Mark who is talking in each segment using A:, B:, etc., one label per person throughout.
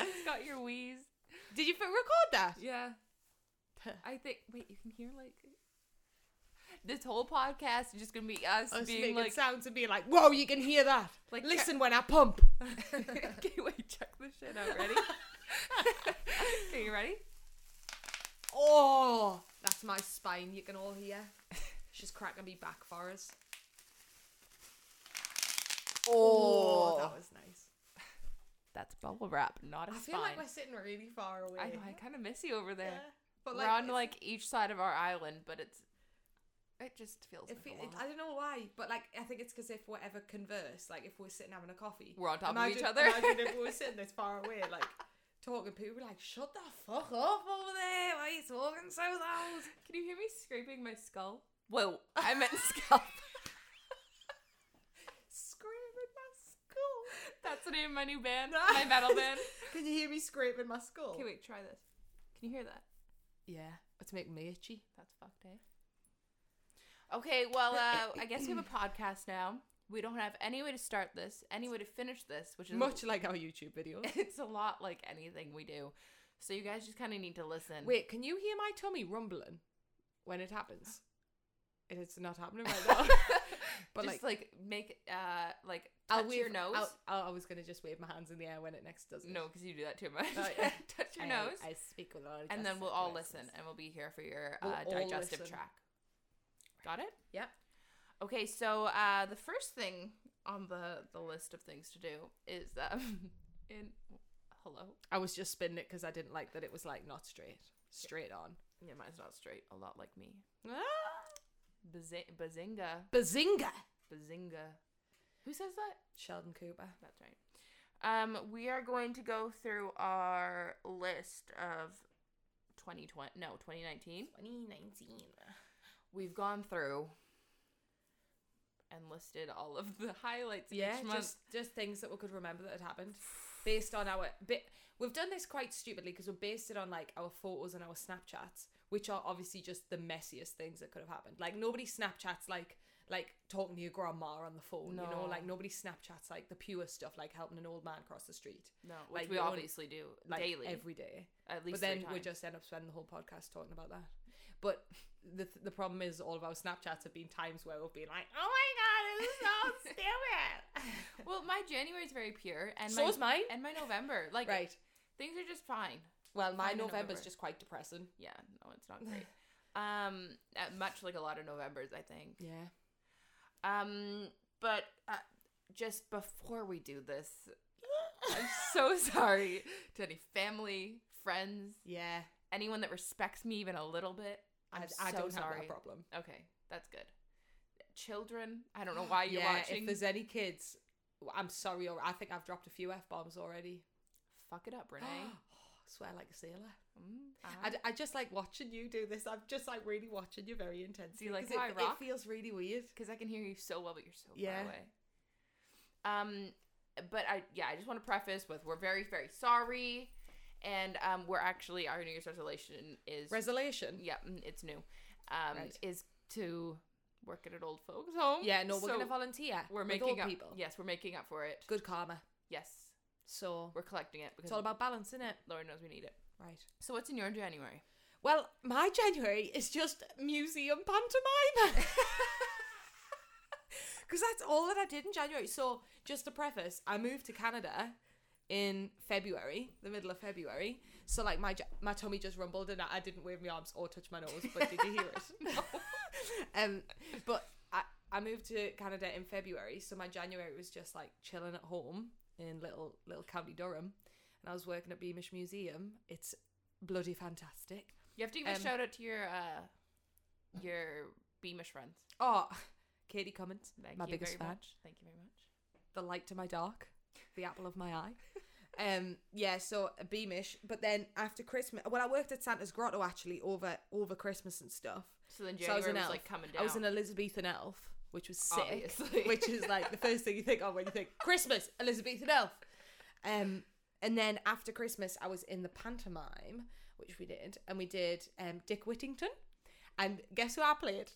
A: it's got your wheeze.
B: Did you fi- record that?
A: Yeah. I think. Wait, you can hear like this whole podcast is just gonna be us
B: Us
A: being
B: Oh, making
A: like,
B: sounds and being like, whoa, you can hear that.
A: Like,
B: Like,
A: check-
B: listen when I pump.
A: okay, wait, check this shit out. Ready? okay, you ready?
B: Oh, that's my spine. You can all hear. She's cracking me back for us. Oh, that was nice.
A: That's bubble wrap, not a
B: I
A: spine.
B: feel like we're sitting really far away.
A: I know. I kind of miss you over there.
B: Yeah. But
A: we're on
B: it's-
A: like each side of our island, but it's it just feels.
B: It
A: like
B: feel,
A: a
B: it,
A: lot.
B: I don't know why, but like I think it's because if we're ever converse, like if we're sitting having a coffee,
A: We're on top
B: imagine,
A: of each other.
B: imagine if we were sitting this far away, like talking, people would be like, "Shut the fuck up over there! Why are you talking so loud?"
A: Can you hear me scraping my skull? Whoa, I meant scalp.
B: Scraping my skull.
A: That's the name of my new band, my metal band.
B: Can you hear me scraping my skull?
A: Okay, wait, try this. Can you hear that?
B: Yeah, it's making me itchy.
A: That's fucked, eh? Okay, well, uh, I guess we have a podcast now. We don't have any way to start this, any way to finish this, which is
B: Much like our YouTube videos.
A: It's a lot like anything we do, so you guys just kind of need to listen.
B: Wait, can you hear my tummy rumbling when it happens? It's not happening right now. but
A: but
B: like,
A: just like, make uh like
B: I'll
A: touch your
B: wave-
A: nose.
B: I'll- I'll- i was gonna just wave my hands in the air when it next does. it.
A: No, because you do that too much.
B: Oh, yeah.
A: touch your
B: I-
A: nose,
B: I speak with all.
A: and then we'll all listen, and we'll be here for your
B: We'll
A: uh,
B: all
A: digestive
B: listen.
A: track. Got it.
B: Yep.
A: Okay, so uh, the first thing on the, the list of things to do is um, in hello.
B: I was just spinning it because I didn't like that it was like not straight, straight on.
A: Yeah, mine's not straight. A lot like me. Bazi- bazinga,
B: Bazinga!
A: bazinga. Who says that?
B: Sheldon Cooper.
A: That's right. Um, we are going to go through our list of 2020. No, 2019.
B: 2019.
A: We've gone through and listed all of the highlights of
B: Yeah,
A: each month.
B: just just things that we could remember that had happened, based on our. Bit, we've done this quite stupidly because we've based it on like our photos and our Snapchats, which are obviously just the messiest things that could have happened. Like nobody Snapchats like like talking to your grandma on the phone. You
A: No.
B: know, like nobody Snapchats like the pure stuff, like helping an old man cross the street.
A: no, which
B: like
A: we
B: your own-
A: obviously do
B: like
A: daily,
B: every day.
A: at least
B: But
A: three
B: then we
A: times.
B: just end up spending the whole podcast talking about that. But the th- the problem is all of our Snapchats have been times where we've been like, oh my god, this is so stupid.
A: Well, my January is very pure, and
B: so
A: my
B: is mine.
A: and my November, like
B: Right.
A: things are just fine.
B: Well, my
A: Fine in
B: November's
A: November.
B: just quite depressing.
A: Yeah, no, it's not great. um, uh, much like a lot of Novembers, I think.
B: Yeah.
A: Um, but uh, just before we do this, I'm so sorry to any family, friends,
B: Yeah.
A: anyone that respects me even a little bit. I'm
B: I,
A: so
B: I don't
A: sorry.
B: have that problem.
A: Okay, that's good. Children, I don't know why you're
B: yeah,
A: watching.
B: if there's any kids, I'm sorry. Or I think I've dropped a few f bombs already.
A: Fuck it up, Renee.
B: Swear like a sailor.
A: Mm,
B: I,
A: uh-huh.
B: d- I just like watching you do this. I'm just like really watching you very intensely.
A: like
B: 'cause
A: how I
B: it,
A: rock?
B: it feels really weird.
A: because I can hear you so well, but you're so
B: Yeah.
A: far away. Um, but I yeah, I just want to preface with we're very very sorry, and um, we're actually our New Year's resolution is
B: Resolution.
A: yeah, mm, it's new, um,
B: Right.
A: is to work at an old folks home.
B: Yeah, no, we're
A: So
B: gonna volunteer.
A: we're
B: with
A: making
B: old
A: up.
B: people.
A: Yes, we're making up for it.
B: Good karma.
A: Yes,
B: So
A: we're collecting it because
B: it's all about balance, isn't it?
A: Lord knows we need it.
B: Right.
A: So what's in your January?
B: Well, my January is just museum pantomime. Because that's all that I did in January. So, just to preface, I moved to Canada in February, the middle of February. So, like, my ja- my tummy just rumbled and I, I didn't wave my arms or touch my nose, but did you hear it? um, but I, I moved to Canada in February. So, my January was just like chilling at home in little little County Durham. And I was working at Beamish Museum. It's bloody fantastic.
A: You have to give a
B: Um,
A: shout out to your uh, your Beamish friends.
B: Oh, Katie Cummins,
A: Thank
B: my
A: you
B: biggest
A: very
B: fan.
A: much. Thank you very much.
B: The light to my dark, the apple of my eye. Um, yeah, so a Beamish. But then after Christmas, well, I worked at Santa's Grotto actually over over Christmas and stuff.
A: So then
B: So I
A: January
B: was
A: was,
B: an
A: like coming down.
B: I was an Elizabethan elf, which was sick,
A: Obviously.
B: which is like the first thing you think of when you think Christmas Elizabethan elf. Um, and then after Christmas, I was in the pantomime, which we did, and we did um, Dick Whittington, and guess who I played?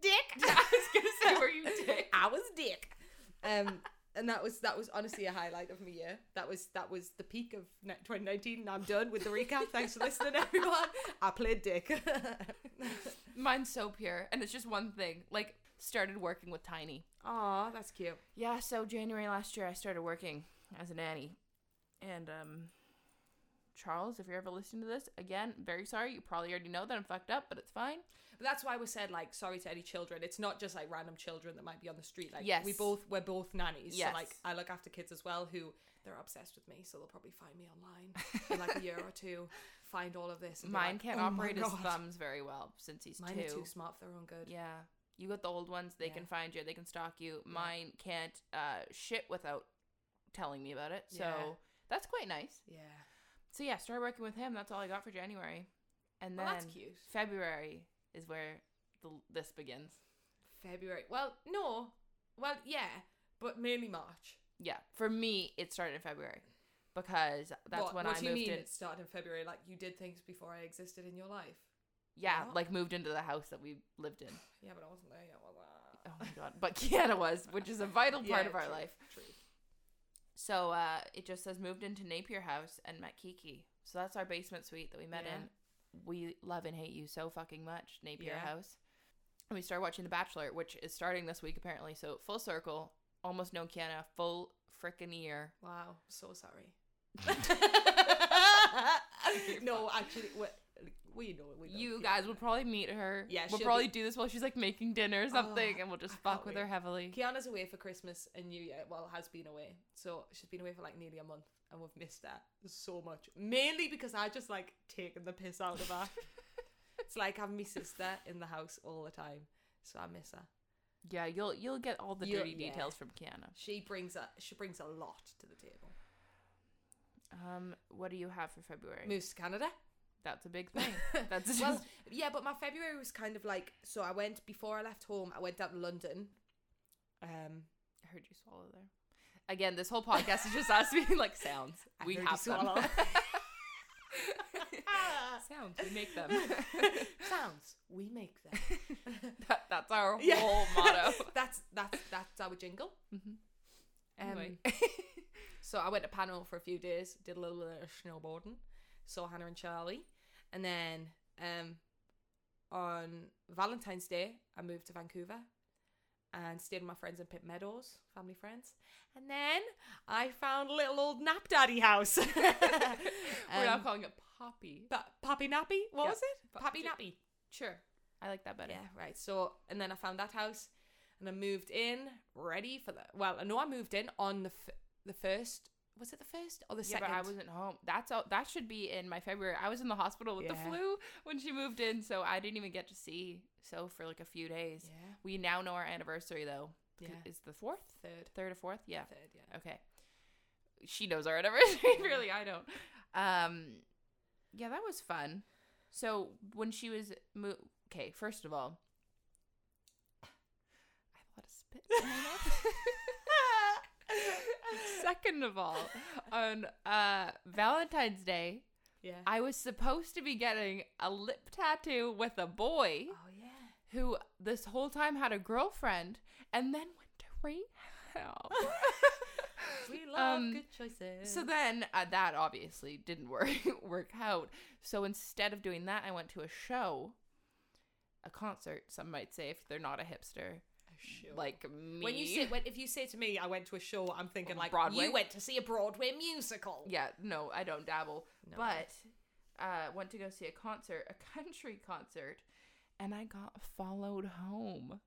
B: Dick.
A: I was gonna say were you dick?
B: I was Dick. Um, and that was that was honestly a highlight of my year. That was that was the peak of ni- 2019. And I'm done with the recap. Thanks for listening, everyone. I played dick.
A: Mine's so pure, and it's just one thing. Like started working with Tiny.
B: Aw, that's cute.
A: Yeah, so January last year I started working as a nanny. And um Charles, if you're ever listening to this, again, very sorry. You probably already know that I'm fucked up, but it's fine.
B: But that's why we said like sorry to any children. It's not just like random children that might be on the street. Like
A: Yes.
B: we both we're both nannies.
A: Yes.
B: So like I look after kids as well who they're obsessed with me, so they'll probably find me online in like a year or two, find all of this. and be
A: Mine
B: like,
A: can't
B: "Oh my
A: operate his
B: God."
A: thumbs very well since he's
B: Mine
A: two.
B: are too smart for their own good.
A: Yeah. You got the old ones, they
B: Yeah.
A: can find you, they can stalk you. Mine can't uh shit without telling me about it. So
B: Yeah.
A: that's quite nice.
B: Yeah.
A: So yeah, started working with him. That's all I got for January. And then
B: Well, that's cute.
A: February is where the, this begins.
B: February. Well, no. Well, yeah, but mainly March.
A: Yeah, for me, it started in February because that's
B: what,
A: when
B: what
A: I
B: do you
A: moved
B: mean
A: in.
B: It started in February. Like you did things before I existed in your life.
A: Yeah,
B: What?
A: like moved into the house that we lived in.
B: Yeah, but I wasn't there yet. Was I?
A: Oh my god! But Kiana was, which is a vital part
B: Yeah,
A: of our
B: true,
A: life.
B: True.
A: So uh, it just says moved into Napier House and met Kiki. So that's our basement suite that we met
B: Yeah.
A: in. We love and hate you so fucking much, Napier
B: Yeah.
A: House. And we started watching The Bachelor, which is starting this week apparently. So full circle, almost known Kiana, full frickin' year.
B: Wow, so sorry.
A: You're
B: no, actually, we, we know it. We know
A: you
B: it.
A: guys will probably meet her.
B: Yeah,
A: we'll
B: she'll
A: probably
B: be-
A: do this while she's like making dinner or something, and we'll just
B: I
A: fuck
B: can't
A: with
B: wait.
A: her heavily.
B: Kiana's away for Christmas and New Year. Well, has been away, so she's been away for like nearly a month, and we've missed that so much. Mainly because I just like taken the piss out of her. it's like I'm my sister in the house all the time, so I miss her.
A: Yeah, you'll you'll get all the
B: You'll-
A: dirty
B: yeah.
A: details from Kiana.
B: She brings a she brings a lot to the table.
A: Um, what do you have for February?
B: Moves to Canada.
A: That's a big thing. That's just
B: well, yeah, but my February was kind of like so. I went before I left home. I went down to London. Um,
A: I heard you swallow there. Again, this whole podcast is just us being like sounds.
B: I
A: we
B: heard you
A: have them.
B: swallow.
A: sounds. We make them.
B: sounds we make them.
A: that, that's our
B: Yeah.
A: whole motto.
B: That's that's that's our jingle.
A: Mhm.
B: Um,
A: Anyway.
B: so I went to Panama for a few days, did a little bit of snowboarding, saw Hannah and Charlie, and then um, on Valentine's Day I moved to Vancouver and stayed with my friends in Pitt Meadows, family friends, and then I found a little old nap daddy house.
A: We're now
B: Um,
A: calling it Poppy.
B: Pa- Pappy Nappy, what
A: Yeah.
B: was it?
A: Pa-
B: Pappy
A: ju-
B: Nappy.
A: Sure. I like that better.
B: Yeah, right. So, and then I found that house, and I moved in, ready for the. Well, I know I moved in on the f- the first. Was it the first or the
A: Yeah,
B: second?
A: but I wasn't home. That's all. That should be in my February. I was in the hospital with
B: Yeah.
A: the flu when she moved in, so I didn't even get to see so for like a few days.
B: Yeah,
A: We now know our anniversary though.
B: yeah.
A: Is the fourth,
B: Third,
A: third, or fourth? Yeah.
B: third, yeah.
A: Okay. She knows our anniversary. really, I don't. Um, yeah, that was fun. So when she was mo- okay, first of all, I have a lot of spit. in my mouth. Second of all, on uh, Valentine's Day,
B: yeah.
A: I was supposed to be getting a lip tattoo with a boy
B: oh yeah.
A: who this whole time had a girlfriend and then went to rehab.
B: We love
A: Um,
B: good choices.
A: so then uh, that obviously didn't work work out. So instead of doing that, I went to a show, a concert. Some might say if they're not a hipster like me.
B: when you say when if you say to me, I went to a show, I'm thinking like
A: Broadway?
B: You went to see a Broadway musical.
A: yeah, no, I don't dabble.
B: No.
A: But uh, went to go see a concert, a country concert, and I got followed home.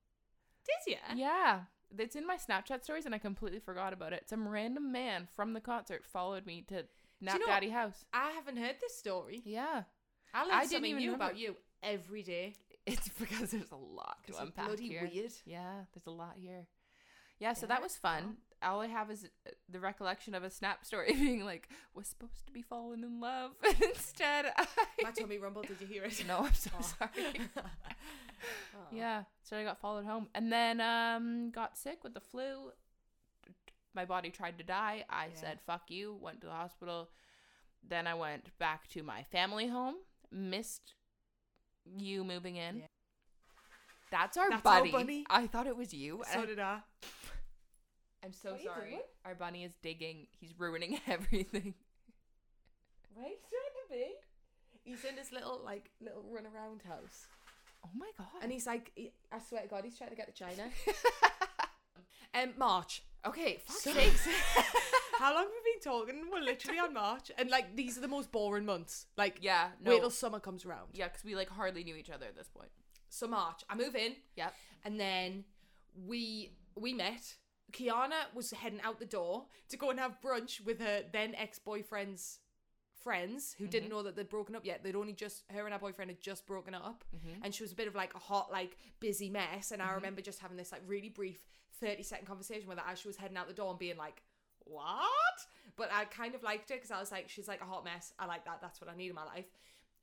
B: did you?
A: Yeah. It's in my Snapchat stories and I completely forgot about it. Some random man from the concert followed me to Nap
B: know-
A: Daddy House.
B: I haven't heard this story.
A: Yeah.
B: I learn
A: I didn't
B: something
A: even
B: new
A: remember.
B: about you every day.
A: It's because there's a lot to
B: It's
A: unpack
B: bloody
A: here.
B: weird.
A: Yeah, there's a lot here. Yeah, so
B: Yeah.
A: that was fun. All I have is uh, the recollection of a snap story being like, "Was supposed to be falling in love, and instead I."
B: My tummy rumbled. Did you hear it?
A: no, I'm so
B: Aw.
A: sorry.
B: Aw.
A: Yeah, so I got followed home, and then um got sick with the flu. My body tried to die. I
B: Yeah.
A: said, "Fuck you." Went to the hospital. Then I went back to my family home. Missed you moving in.
B: Yeah.
A: That's our
B: That's our
A: buddy.
B: bunny.
A: I thought it was you. and I
B: So did I.
A: I'm so
C: What are you
A: sorry.
C: doing?
A: Our bunny is digging. He's ruining everything.
C: Where are you trying to be? He's in this little like little run around house,
A: Oh my god.
C: and he's like, he, I swear to God, he's trying to get to China.
B: Um, March.
A: okay, fuck
B: So-
A: sakes.
B: How long have we been talking? We're literally on March, and like these are the most boring months. Like,
A: yeah, no.
B: wait till summer comes around.
A: yeah, because we like hardly knew each other at this point.
B: So March, I move in.
A: Yep.
B: And then we we met. Kiana was heading out the door to go and have brunch with her then ex boyfriend's friends who didn't know that they'd broken up yet. They'd only just her and her boyfriend had just broken up,
A: Mm-hmm.
B: and she was a bit of like a hot, like busy mess. And
C: Mm-hmm.
B: I remember just having this like really brief thirty second conversation with her as she was heading out the door and being like. What? But I kind of liked it because I was like, she's like a hot mess. I like that. That's what I need in my life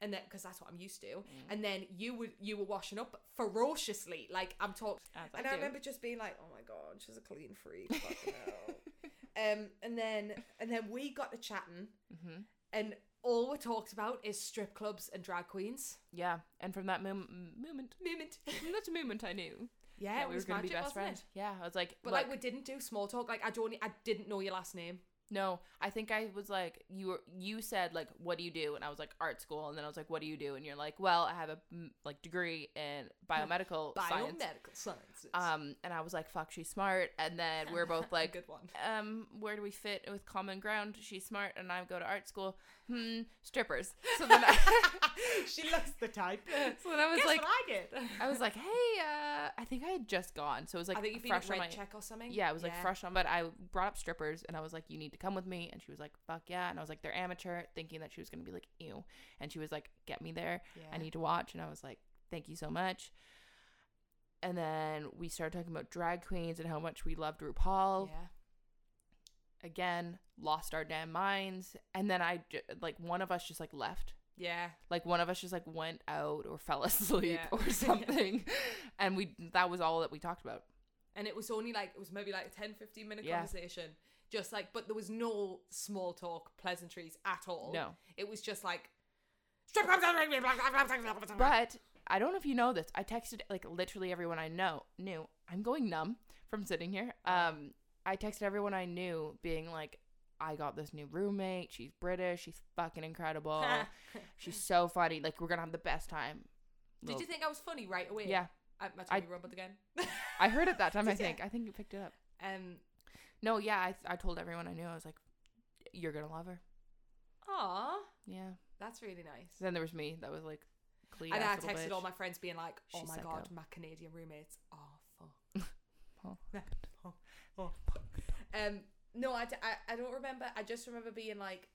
B: and then because that's what I'm used to.
C: Mm.
B: And then you would you were washing up ferociously, like I'm talking.
A: As
C: and
A: I
C: I
A: do.
C: remember just being like, "Oh my god, she's a clean freak." fucking hell." um, and then and then we got to chatting,
B: Mm-hmm.
A: Mhm.
C: and
B: All we're talked about is strip clubs and drag queens.
A: Yeah, and from that mom- moment,
B: Moment.
A: from that moment, I knew
B: Yeah,
A: that
B: it
A: we were
B: was
A: going to
B: magic,
A: be best
B: wasn't
A: friends.
B: it?
A: Yeah, I was like,
B: But
A: look,
B: like we didn't do small talk. Like I don't, e, I didn't know your last name.
A: No, I think I was like you were you said like what do you do and I was like art school and then I was like what do you do and you're like well I have a mm, like degree in biomedical science
B: Biomedical sciences.
A: um and I was like fuck she's smart and then we are both like
B: good one.
A: um where do we fit with common ground she's smart and I go to art school hmm strippers so then I,
B: she looks the type. Guess
A: so then I was like
B: what I did.
A: I was like hey uh I think I had just gone so it was like
B: I think you've been
A: fresh
B: at
A: on
B: red
A: my
B: check or something.
A: yeah, it was like fresh on, but I brought up strippers and I was like, you need to come with me. And she was like, fuck yeah. And I was like, they're amateur, thinking that she was going to be like, ew. And she was like, get me there. I need to watch. And I was like, thank you so much. And then we started talking about drag queens and how much we loved RuPaul. Again, lost our damn minds. And then I, ju- like, one of us just like left.
B: Yeah.
A: Like one of us just like went out or fell asleep
B: Yeah.
A: or
B: Yeah.
A: something. And we, that was all that we talked about.
B: and it was only like it was maybe like a 10 15 minute
A: Yeah.
B: conversation just like but there was no small talk pleasantries at all
A: No.
B: it was just like
A: But I don't know if you know this. I texted like literally everyone I know knew. I'm going numb from sitting here.
B: Oh.
A: Um, I texted everyone I knew, being like, "I got this new roommate. She's British. She's fucking incredible. she's so funny. Like we're gonna have the best time."
B: did you think i was funny right away
A: Yeah,
B: i, my
A: I-
B: tummy rumbled again
A: I heard it that time. I
B: Did ya?
A: think. I think you picked it up.
B: um
A: No, yeah, I I told everyone I knew. I was like, "You're gonna love her."
B: ah
A: Yeah.
B: that's really nice
A: Then there was me. That was like, clean.
B: and i
A: ass little
B: texted
A: bitch.
B: all my friends being like oh
A: She's
B: my
A: psycho.
B: god my canadian roommates are fuck
A: Oh,
B: Um, no, I, d- I, I don't remember. I just remember being like,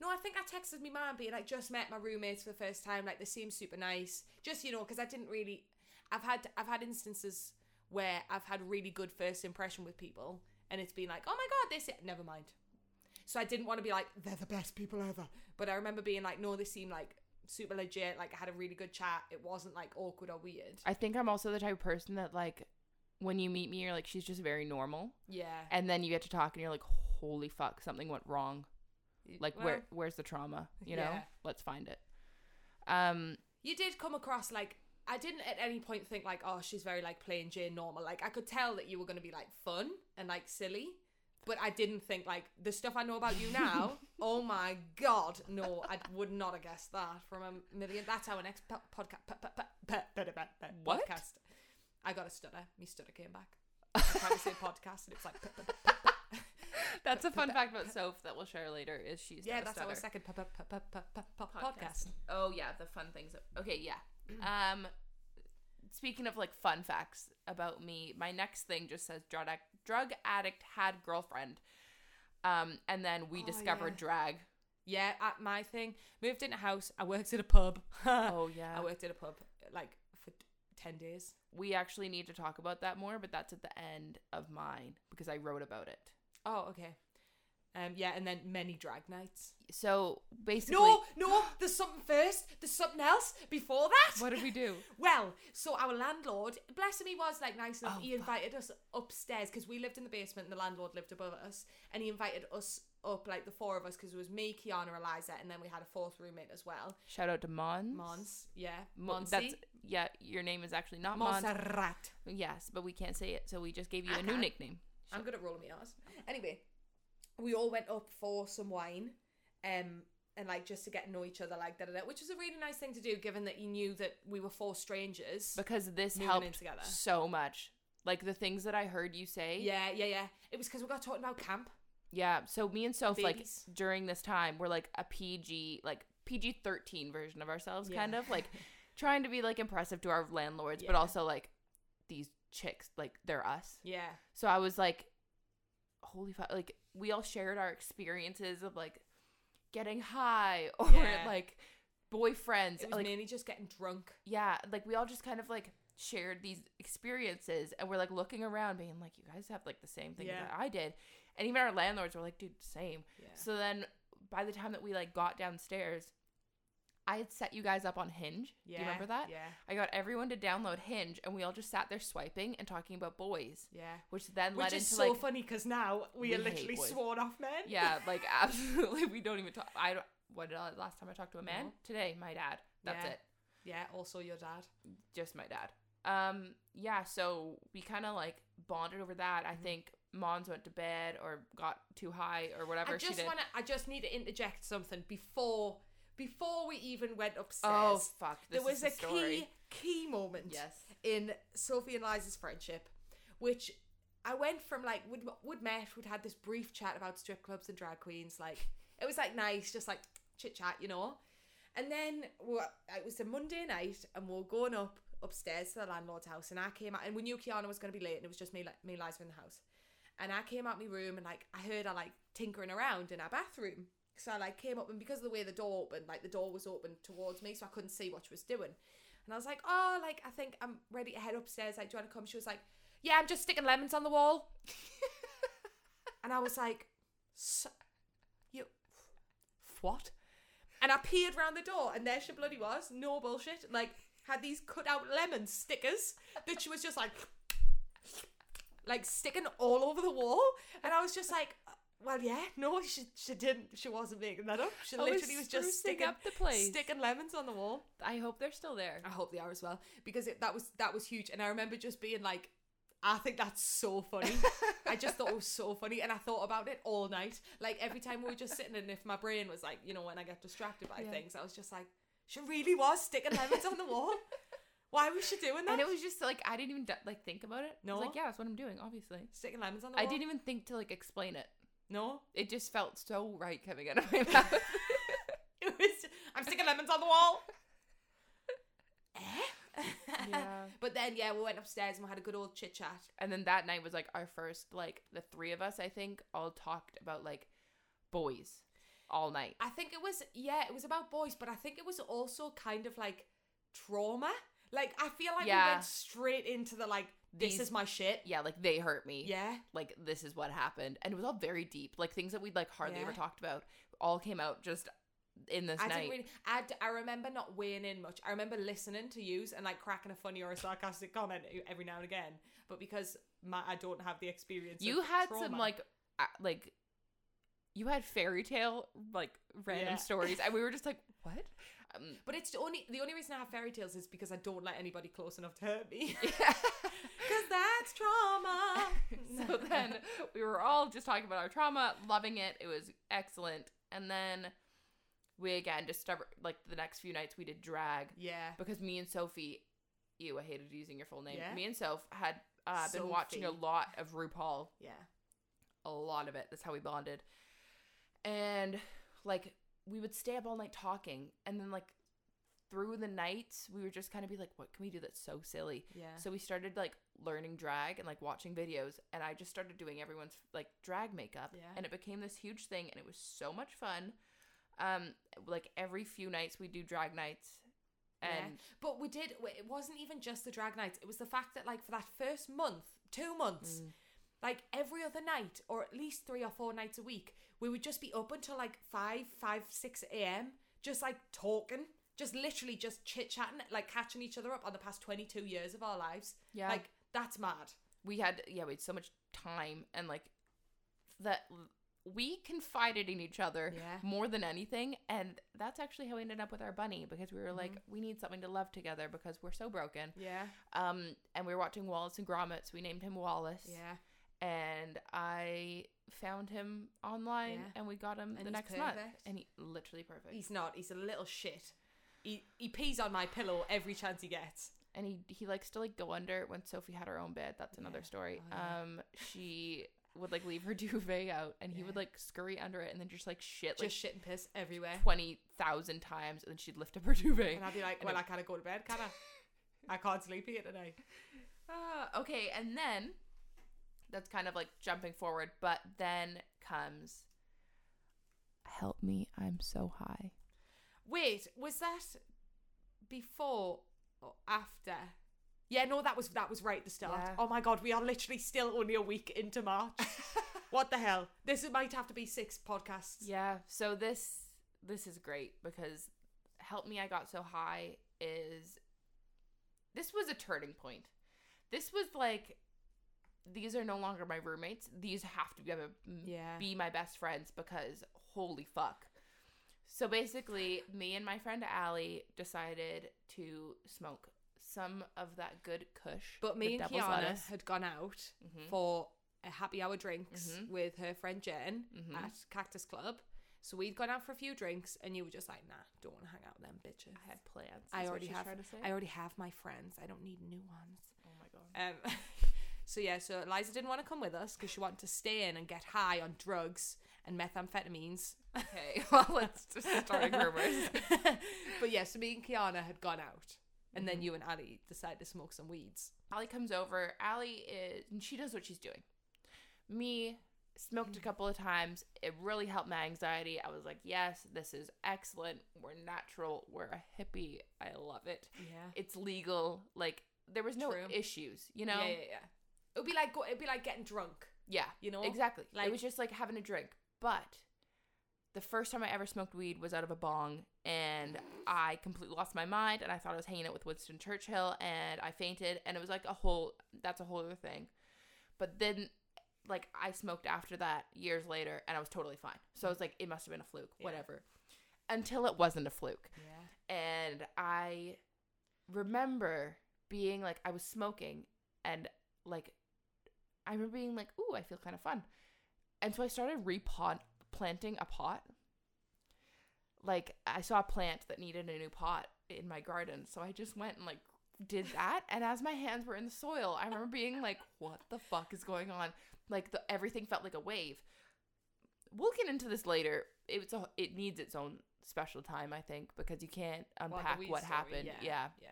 B: no, I think I texted me mom being like, just met my roommates for the first time. Like they seem super nice. Just you know, because I didn't really. I've had I've had instances where I've had really good first impression with people, and it's been like, oh my god, this never mind. So I didn't want to be like they're the best people ever, but I remember being like, no, they seem like super legit. Like I had a really good chat. It wasn't like awkward or weird.
A: I think I'm also the type of person that like when you meet me, you're like, she's just very normal.
B: Yeah.
A: And then you get to talk and you're like, holy fuck, something went wrong. Like
B: Well,
A: where where's the trauma? You know?
B: Yeah.
A: Let's find it. Um
B: you did come across like I didn't at any point think like, oh, she's very like plain Jane normal. Like I could tell that you were gonna be like fun and like silly, but I didn't think like the stuff I know about you now. oh my god, no, I would not have guessed that from a million. That's how an ex podcast
A: What?
B: podcast. I got a stutter. Me stutter came back. I tried to say podcast, and it's like, p- p- p-
A: that's a fun fact about Soph that we'll share later is she's
B: yeah,
A: got a
B: that's our
A: stutter.
B: second p- p- p- p- p- p- podcast.
A: Oh yeah, the fun things. that- Okay, yeah. Um, speaking of like fun facts about me, my next thing just says drug addict, drug addict had girlfriend. Um, and then we
B: Oh,
A: discovered
B: yeah.
A: drag.
B: Yeah, at my thing, moved in a house. I worked at a pub.
A: Oh yeah,
B: I worked at a pub uh, like for t- ten days.
A: we actually need to talk about that more, but that's at the end of mine because I wrote about it.
B: Oh, okay. Um, yeah, and then many drag nights.
A: So basically,
B: No, no, there's something first. There's something else before that.
A: what did we do?
B: Well, so our landlord, bless him, he was like nice enough.
A: Oh,
B: he invited us upstairs because we lived in the basement and the landlord lived above us, and he invited us up like the four of us because it was me, Kiana, Eliza, and then we had a fourth roommate as well,
A: Shout out to Mons.
B: Mons. Yeah,
A: Mo-
B: Monsi.
A: That's yeah. Your name is actually not Mons.
B: Montserrat.
A: Yes, but we can't say it, so we just gave you a new
B: Okay.
A: nickname.
C: I'm good at rolling my ass. Anyway, we all went up for some wine, um, and like just to get to know each other, like da da da, which was a really nice thing to do, given that you knew that we were four strangers.
A: because this
B: Moving in
A: helped
B: together.
A: so much. Like the things that I heard you say.
B: Yeah, yeah, yeah. It was because we got talking about camp.
A: Yeah. So me and Soph, like
B: Babies.
A: during this time, we're like a PG, like PG thirteen version of ourselves,
B: Yeah.
A: kind of like trying to be like impressive to our landlords, but
B: Yeah.
A: also like these chicks, like they're us.
B: Yeah.
A: So I was like, holy fuck! Like we all shared our experiences of like getting high or
B: Yeah.
A: like boyfriends,
B: It was
A: like
B: mainly just getting drunk.
A: yeah, like we all just kind of like shared these experiences and we're like looking around being like you guys have like the same thing
B: Yeah.
A: that I did. And even our landlords were like, dude, same.
B: Yeah.
A: So then by the time that we like got downstairs, I had set you guys up on Hinge. Do you remember that?
B: Yeah.
A: I got everyone to download Hinge and we all just sat there swiping and talking about boys,
B: Yeah.
A: which then
B: Which
A: led
B: is
A: into
B: so
A: like
B: funny because now we,
A: we
B: are
A: hate
B: literally
A: boys.
B: sworn off men.
A: yeah, like absolutely we don't even talk I don't what did I, last time I talked to a man?
B: No.
A: Today, my dad. That's
B: Yeah.
A: it.
B: Yeah. Also, your dad.
A: just my dad. Um, yeah, so we kind of like bonded over that. I think Mons went to bed or got too high or whatever
B: I
A: she
B: just
A: did.
B: want to. I just need to interject something before before we even went upstairs.
A: oh fuck! This
B: there was
A: is the
B: a
A: story.
B: key key moment.
A: Yes.
B: in Sophie and Liza's friendship, which I went from like would would mesh, would had this brief chat about strip clubs and drag queens. Like it was like nice, just like chit chat, you know. And then well, it was a Monday night, and we are going up upstairs to the landlord's house, and I came out, and we knew Kiana was going to be late, and it was just me, like, me, and Liza in the house. And I came out my room, and like I heard her like tinkering around in our bathroom. So I like came up, and because of the way the door opened, like the door was open towards me, so I couldn't see what she was doing. And I was like, oh, like, I think I'm ready to head upstairs. Like, do you want to come? She was like, yeah, I'm just sticking lemons on the wall. and I was like, so, you, what? And I peered round the door, and there she bloody was. No bullshit. Like, had these cut out lemon stickers that she was just like, like sticking all over the wall. And I was just like, well, yeah, no, she, she didn't. She wasn't making that up. She
A: I was
B: literally was
A: Oh, sprucing
B: just sticking,
A: up the place.
B: sticking lemons on the wall.
A: I hope they're still there.
B: I hope they are as well because it, that was that was huge, and I remember just being like, I think that's so funny. I just thought it was so funny, and I thought about it all night. Like every time we were just sitting, and if my brain was like, you know, when I get distracted by
A: Yeah.
B: things, I was just like, she really was sticking lemons on the wall. Why was she doing that?
A: And it was just like I didn't even like think about it. I
B: No?
A: was like yeah, that's what I'm doing. Obviously,
B: sticking lemons on the
A: I
B: wall.
A: didn't even think to like explain it.
B: No,
A: It just felt so right coming out of my mouth.
B: it was. I'm sticking lemons on the wall. Eh?
A: Yeah.
B: But then, yeah, we went upstairs and we had a good old chit chat.
A: and then that night was like our first like the three of us I think all talked about like boys all night.
B: I think it was yeah, it was about boys, but I think it was also kind of like trauma. Like I feel like we
A: Yeah.
B: went straight into the like this
A: These-
B: is my shit.
A: Yeah, like they hurt me.
B: Yeah.
A: like this is what happened and it was all very deep like things that we'd like hardly ever
B: Yeah.
A: talked about all came out just in this
B: I
A: night
B: didn't really I, d- I remember not weighing in much. I remember listening to yous and like cracking a funny or a sarcastic comment e, every now and again. But because my I don't have the experience of
A: you had some
B: trauma-
A: like uh, like you had fairy tale like random
B: Yeah.
A: stories and we were just like what um,
B: But it's the only the only reason I have fairy tales is because I don't let anybody close enough to hurt me. Cuz that's trauma.
A: so then we were all just talking about our trauma loving it it was excellent and then we again discovered like the next few nights we did drag
B: yeah.
A: because me and Sophie, ew, I hated using your full name.
B: Yeah.
A: Me and Soph had uh, been watching a
B: Sophie.
A: lot of RuPaul,
B: Yeah.
A: a lot of it. That's how we bonded. And like we would stay up all night talking, and then like through the nights we would just kind of be like, what can we do that's so silly?
B: Yeah.
A: So we started like learning drag and like watching videos, and I just started doing everyone's like drag makeup,
B: Yeah.
A: and it became this huge thing, and it was so much fun. Um, like every few nights we do drag nights,
B: Yeah.
A: and
B: But we did. w- It wasn't even just the drag nights. It was the fact that, like, for that first month, two months, like every other night, or at least three or four nights a week, we would just be up until like five, five, six a.m. Just like talking, just literally just chit chatting, like catching each other up on the past twenty-two years of our lives.
A: Yeah.
B: Like that's mad.
A: we had yeah we had so much time and like that we confided in each other
B: Yeah.
A: more than anything and that's actually how we ended up with our bunny because we were
B: Mm-hmm.
A: like we need something to love together because we're so broken
B: Yeah.
A: um and we were watching wallace and gromit so we named him wallace
B: Yeah.
A: and I found him online,
B: Yeah.
A: and we got him
B: And
A: the
B: he's
A: next month,
B: perfect.
A: and he literally perfect.
B: He's not. He's a little shit. He he pees on my pillow every chance he gets.
A: and he he likes to like go under when Sophie had her own bed. That's another
B: Yeah.
A: story.
B: Oh, yeah.
A: Um, she would like leave her duvet out, and he would
B: Yeah.
A: like scurry under it, and then just like shit like
B: Just shit and piss everywhere.
A: twenty thousand times, and then she'd lift up her duvet.
B: And I'd be like,
A: And
B: well,
A: it-
B: I gotta go to bed, can I? I can't sleep here tonight.
A: Ah, okay, and then that's kind of like jumping forward, but then comes Help me, I'm so high.
B: Wait, was that before or after? Yeah, no, that was that was right at the start.
A: Yeah.
B: Oh my god, we are literally still only a week into March. what the hell? This might have to be six podcasts.
A: Yeah, so this this is great because Help Me I Got So High is this was a turning point. This was like these are no longer my roommates. These have to be,
B: Yeah.
A: be my best friends because holy fuck. So basically, me and my friend Allie decided to smoke some of that good kush.
B: But me
A: the
B: and
A: devil's
B: Kiana
A: lettuce.
B: had gone out
A: Mhm.
B: for a happy hour drinks
A: Mhm.
B: with her friend Jen
A: Mhm.
B: at Cactus Club. So we'd gone out for a few drinks, and you were just like, "Nah, don't want to hang out with them bitches.
A: I had plans. is
B: I
A: what
B: already
A: she's
B: have-
A: trying to say.
B: I already have my friends. I don't need new ones."
A: oh my god.
B: Um, so yeah, so Eliza didn't want to come with us because she wanted to stay in and get high on drugs and methamphetamines.
A: Okay, well let's just starting rumors.
B: but yeah, so me and Kiana had gone out, and then you and Ali decided to smoke some weeds.
A: Allie comes over. Allie is, and she knows what she's doing. Me smoked a couple of times. It really helped my anxiety. I was like, yes, this is excellent. We're natural. We're a hippie. I love it.
B: Yeah.
A: It's legal. Like, there was no
B: True.
A: issues, you know?
B: Yeah, yeah, yeah. It'd be like go- it'd be like getting drunk,
A: Yeah,
B: you know.
A: exactly.
B: Like-
A: it was just like having a drink. But the first time I ever smoked weed was out of a bong, and I completely lost my mind. And I thought I was hanging out with Winston Churchill, and I fainted. And it was like a whole that's a whole other thing. But then, like I smoked after that years later, and I was totally fine. So I was like, it must have been a fluke,
B: Yeah.
A: whatever. Until it wasn't a fluke
B: Yeah.
A: and I remember being like I was smoking and like I remember being like, "Ooh, I feel kind of fun," and so I started repot planting a pot. Like I saw a plant that needed a new pot in my garden, so I just went and like did that. And as my hands were in the soil, I remember being like, "What the fuck is going on?" Like the, everything felt like a wave. We'll get into this later. It's a, it needs its own special time, I think, because you can't
B: Well, the
A: unpack
B: weed
A: what
B: story,
A: happened. Yeah,
B: yeah.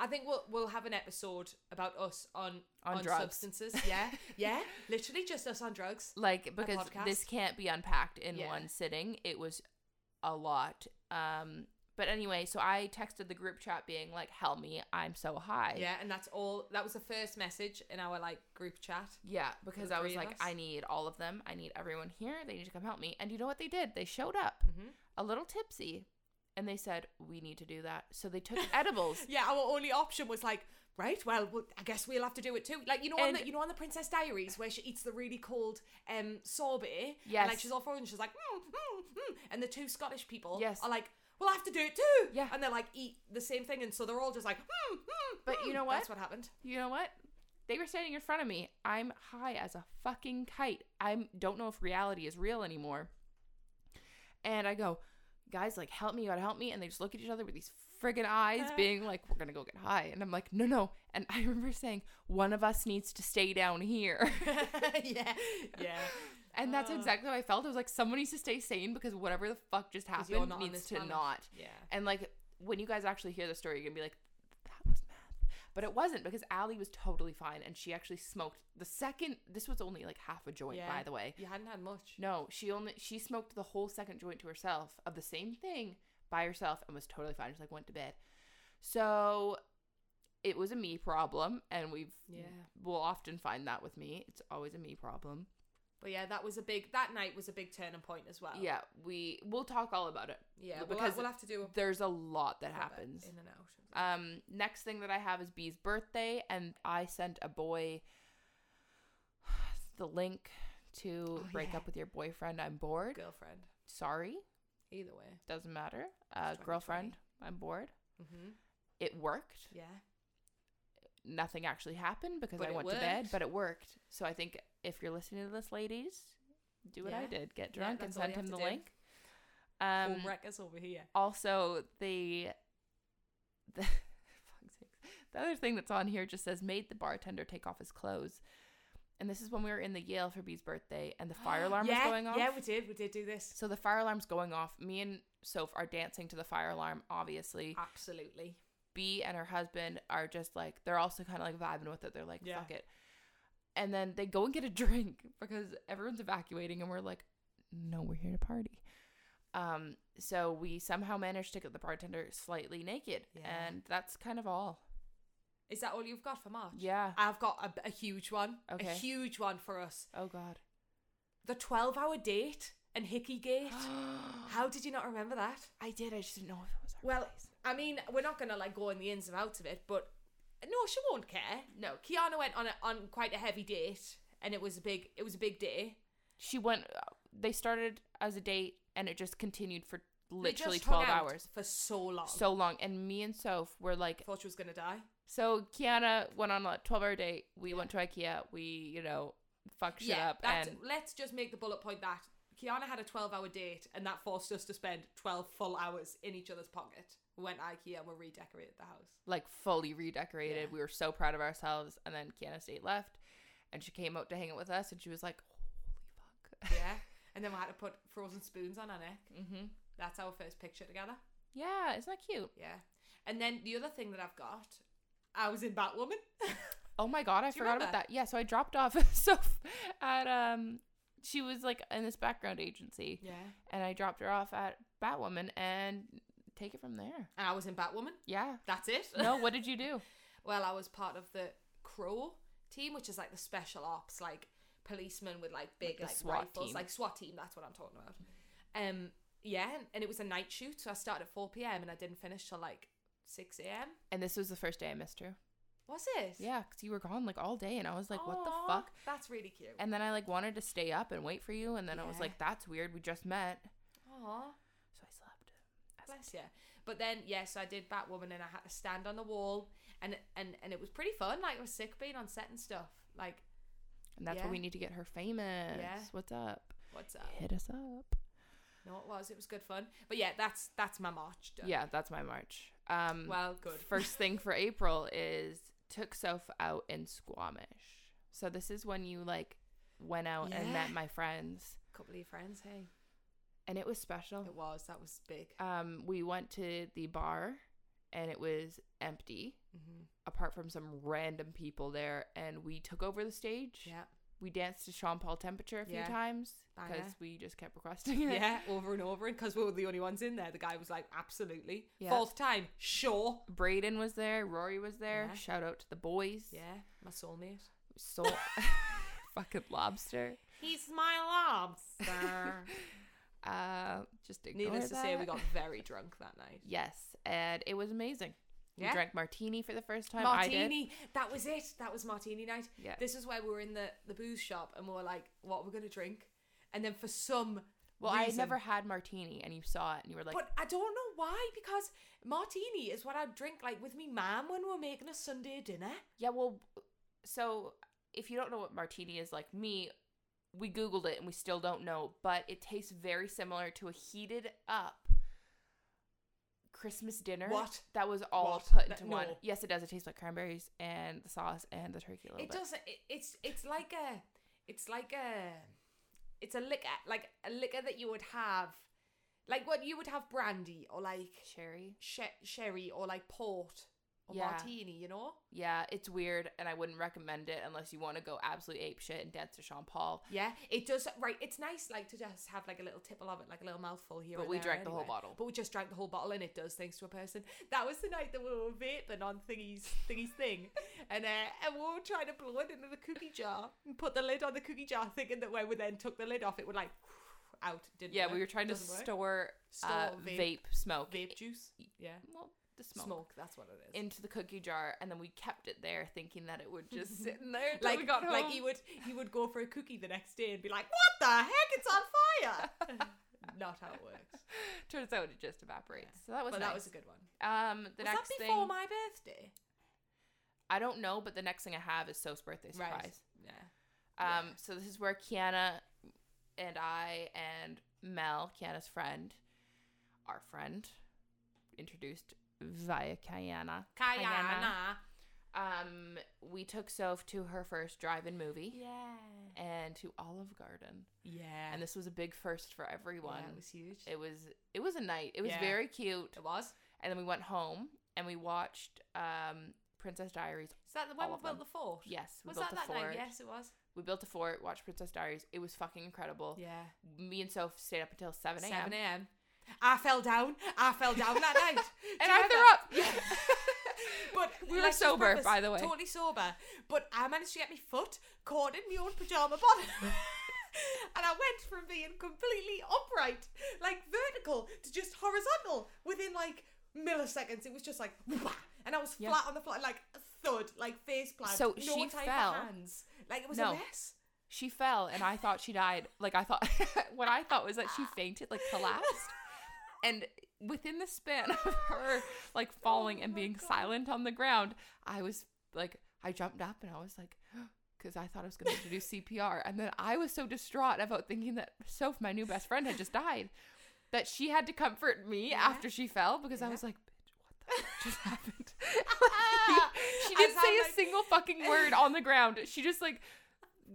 B: I think we'll we'll have an episode about us on
A: on, drugs.
B: substances. Yeah, yeah. Literally just us on drugs.
A: like because
B: podcast?
A: this can't be unpacked in
B: Yeah.
A: one sitting it was a lot um but anyway so i texted the group chat being like help me i'm so high
B: Yeah, and that's all. That was the first message in our like group chat.
A: yeah because
B: the
A: i was
B: three of
A: like
B: us?
A: i need all of them i need everyone here they need to come help me and you know what they did they showed up
B: Mhm.
A: a little tipsy and they said we need to do that so they took edibles
B: Yeah, our only option was like, right, well, well I guess we'll have to do it too. Like you know, on
A: And-
B: the, you know, on the Princess Diaries where she eats the really cold um sorbet.
A: Yes.
B: And, like she's all for it, and she's like, mm, mm, mm. and the two Scottish people.
A: Yes.
B: Are like, we'll have to do it too.
A: Yeah.
B: And they're like, eat the same thing, and so they're all just like, mm, mm,
A: But you
B: mm.
A: know what?
B: That's what happened.
A: you know what they were standing in front of me i'm high as a fucking kite i don't know if reality is real anymore and i go guys like help me you gotta help me and they just look at each other with these friggin' eyes being like we're gonna go get high and i'm like no no and i remember saying one of us needs to stay down here
B: yeah, yeah.
A: and that's
B: Uh.
A: exactly how i felt i was like someone needs to stay sane because whatever the fuck just
B: 'Cause you're
A: happened
B: not on
A: needs
B: this
A: to
B: planet.
A: not
B: Yeah.
A: and like when you guys actually hear the story, you're gonna be like, that was math. But it wasn't because Allie was totally fine and she actually smoked the second this was only like half a joint,
B: Yeah.
A: by the way.
B: You hadn't had much.
A: No, she only she smoked the whole second joint to herself of the same thing by herself and was totally fine. Just like went to bed. So it was a me problem and we've
B: Yeah.
A: we'll often find that with me. It's always a me problem.
B: But yeah, that was a big that night was a big turning point as well.
A: Yeah, we we'll talk all about it.
B: Yeah,
A: Well,
B: we'll,
A: because
B: because we'll have to do a
A: There's a lot that
B: proper
A: happens.
B: in and out.
A: Um, next thing that I have is B's birthday, and I sent a boy the link to
B: Oh,
A: break
B: yeah.
A: up with your boyfriend. I'm bored.
B: Girlfriend.
A: Sorry,
B: Either way.
A: doesn't matter. Uh,
B: 2020.
A: girlfriend, I'm bored.
B: Mm-hmm.
A: It worked.
B: Yeah.
A: nothing actually happened because
B: But
A: I
B: it
A: went to bed,
B: worked.
A: but it worked. So I think if you're listening to this, ladies, do what I
B: Yeah.
A: did: get
B: Yeah,
A: drunk and
B: that's all
A: send
B: you
A: him
B: have
A: the
B: to do.
A: link. Um,
B: Home wreckers over here.
A: also, the the fuck's sakes. the other thing that's on here just says made the bartender take off his clothes, and this is when we were in the Yale for B's birthday, and the fire alarm
B: yeah,
A: was going off.
B: Yeah, we did. We did do this.
A: So the fire alarm's going off. Me and Soph are dancing to the fire alarm, obviously.
B: Absolutely.
A: B and her husband are just like, they're also kind of like vibing with it. They're like,
B: Yeah.
A: fuck it. And then they go and get a drink because everyone's evacuating and we're like, no, we're here to party. Um, so we somehow managed to get the bartender slightly naked.
B: Yeah.
A: And that's kind of all.
B: Is that all you've got for March?
A: Yeah.
B: I've got a, a huge one. A
A: Okay.
B: huge one for us.
A: Oh, God.
B: The 12 hour date and Hickey Gate. How did you not remember that?
A: I did. I just didn't know if it was our
B: Well,
A: place.
B: I mean, we're not gonna like go in the ins and outs of it, but no, she won't care. No, Kiana went on a, on quite a heavy date, and it was a big it was a big day.
A: she went, uh, they started as a date and it just continued for
B: They
A: literally
B: just hung
A: 12
B: out
A: hours.
B: for so long. So
A: So long. And me and Soph were like,
B: thought she was gonna die.
A: So Kiana went on a 12 hour date. We went to IKEA. We, you know, fuck shit up.
B: that's-
A: And
B: let's just make the bullet point that Kiana had a twelve hour date, and that forced us to spend twelve full hours in each other's pocket. We went to IKEA and we redecorated the house.
A: like fully redecorated.
B: Yeah.
A: We were so proud of ourselves. And then Kiana's date left and she came out to hang out with us and she was like, holy fuck.
B: Yeah, and then we had to put frozen spoons on our neck.
A: hmm
B: That's our first picture together.
A: Yeah, isn't that cute?
B: Yeah. And then the other thing that I've got, I was in Batwoman.
A: Oh my God, I
B: Do you
A: forgot about
B: remember?
A: that. Yeah, so I dropped off Soph at, um, she was like in this background agency
B: yeah.
A: and I dropped her off at Batwoman and take it from there.
B: And I was in Batwoman.
A: Yeah.
B: That's it.
A: No, what did you do?
B: well, I was part of the Crow team, which is like the special ops, like policemen with like big
A: the
B: like,
A: SWAT
B: rifles,
A: team.
B: like SWAT team. That's what I'm talking about. Um, yeah, and, and it was a night shoot, so I started at 4 p.m. and I didn't finish till like 6 a.m.
A: And this was the first day I missed her.
B: Was it?
A: Yeah, because you were gone like all day, and I was like, what the
B: Aw,
A: fuck?
B: That's really cute.
A: And then I like wanted to stay up and wait for you, and then I was
B: Yeah.
A: like, that's weird. We just met,
B: Aw.
A: so I slept. As I
B: Bless you. But then yeah, so I did Batwoman and I had to stand on the wall and and and it was pretty fun. Like I was sick being on set and stuff. Like
A: did. And that's
B: Yeah.
A: where we need to get her famous.
B: Yeah. Uh,
A: What's up?
B: what's up?
A: Hit us up.
B: No, it was it was good fun. But yeah, that's that's my march. Done.
A: Yeah, that's my March. Um,
B: Well, good.
A: First thing for April is took Soph out in Squamish. So this is when you like went out and
B: Yeah.
A: met my friends,
B: couple of your friends. Hey,
A: and it was special.
B: it was that was big.
A: Um, we went to the bar, and it was empty.
B: hmm
A: apart from some random people there and we took over the stage
B: Yeah,
A: we danced to sean paul temperature a few
B: Yeah.
A: times
B: Banger.
A: because we just kept requesting it
B: yeah, over and over, and because we were the only ones in there, the guy was like, "Absolutely,
A: Yeah.
B: fourth time, sure."
A: braden was there rory was there
B: Yeah.
A: shout out to the boys
B: Yeah, my soulmate.
A: so fucking lobster
B: He's my lobster.
A: uh just ignore
B: Needless to say, we
A: that.
B: got very drunk that night.
A: yes and it was amazing
B: Yeah.
A: we drank martini for the first time i did
B: martini. That was it. That was martini night.
A: yeah
B: This is where we were in the, the booze shop and we were like, what we're going to drink. And then for some
A: well i had
B: reason-
A: never had martini and you saw it and you were like
B: but I don't know why, because martini is what I'd drink like with me mum when we were making a Sunday dinner.
A: Yeah, well, so if you don't know what martini is, like me, we Googled it and we still don't know, but it tastes very similar to a heated up Christmas dinner.
B: What?
A: That was all
B: What?
A: put
B: That-
A: into one.
B: no.
A: It does. It tastes like cranberries and the sauce and the turkey a little
B: It
A: bit.
B: doesn't. It, it's it's like a, it's like a, it's a liquor like a liquor that you would have, like what you would have brandy or like
A: Cherry.
B: she- sherry or like port or
A: Yeah.
B: martini. You know.
A: Yeah, it's weird, and I wouldn't recommend it unless you want to go absolute ape shit and dance to Sean Paul.
B: Yeah, it does. Right, it's nice like to just have like a little tipple of it, like a little mouthful here.
A: But
B: and
A: we
B: there
A: drank the whole
B: anyway.
A: bottle.
B: But we just drank the whole bottle, and it does things to a person. That was the night that we were vaping on thingies, thingies thing, and uh, and we were trying to blow it into the cookie jar and put the lid on the cookie jar, thinking that when we then took the lid off, it would like out. Didn't
A: Yeah,
B: work.
A: we were trying to
B: Doesn't work.
A: store, uh,
B: Store
A: vape,
B: vape-
A: smoke.
B: vape juice. Yeah,
A: Well, the smoke.
B: smoke. That's what it is.
A: into the cookie jar and then we kept it there thinking that it would just sit in there until
B: like
A: we got home.
B: like he would he would go for a cookie the next day and be like, "What the heck? It's on fire!" Not how it works.
A: turns out it just evaporates so that was
B: but
A: nice.
B: that was a good one.
A: um the
B: was
A: next
B: that before
A: thing
B: my birthday?
A: I don't know, but the next thing I have is Soph's birthday surprise.
B: Yeah.
A: Um, so this is where Kiana and I and Mel, Kiana's friend, our friend, introduced via Kiana.
B: Kayana.
A: Um, we took Soph to her first drive-in movie
B: Yeah.
A: and to Olive Garden,
B: Yeah.
A: and this was a big first for everyone.
B: it was huge.
A: it was it was a night. It was
B: Yeah.
A: very cute.
B: It was.
A: And then we went home and we watched um, Princess Diaries.
B: Is that the one
A: All
B: we
A: of
B: built
A: them.
B: the fort?
A: Yes, we
B: Was
A: built
B: that
A: a
B: that
A: fort.
B: night? Yes, it was.
A: We built a fort, watched Princess Diaries. It was fucking incredible.
B: Yeah.
A: Me and Soph stayed up until 7 a.m.
B: 7 a.m. I fell down. I fell down that night.
A: And
B: Do you
A: I threw
B: remember?
A: up.
B: But
A: We were
B: let's just
A: sober,
B: preface,
A: by the way.
B: Totally sober. But I managed to get my foot caught in my own pajama bottom. and I went from being completely upright, like vertical, to just horizontal within like milliseconds. It was just like, and I was
A: Yeah.
B: flat on the floor, like a thud, like face plant.
A: So
B: no
A: she
B: type
A: fell.
B: Of hands. Like it was
A: No.
B: a mess.
A: She fell and I thought she died. Like I thought what I thought was that she fainted, like collapsed. And within the span of her like falling and
B: Oh my
A: being
B: God.
A: silent on the ground, I was like I jumped up and I was like because I thought I was going to do CPR. And then I was so distraught about thinking that Soph, my new best friend, had just died that she had to comfort me
B: Yeah.
A: after she fell because I
B: Yeah.
A: was like, bitch, what the fuck just happened? Like, she didn't
B: As I'm
A: say a
B: like-
A: single fucking word on the ground. She just like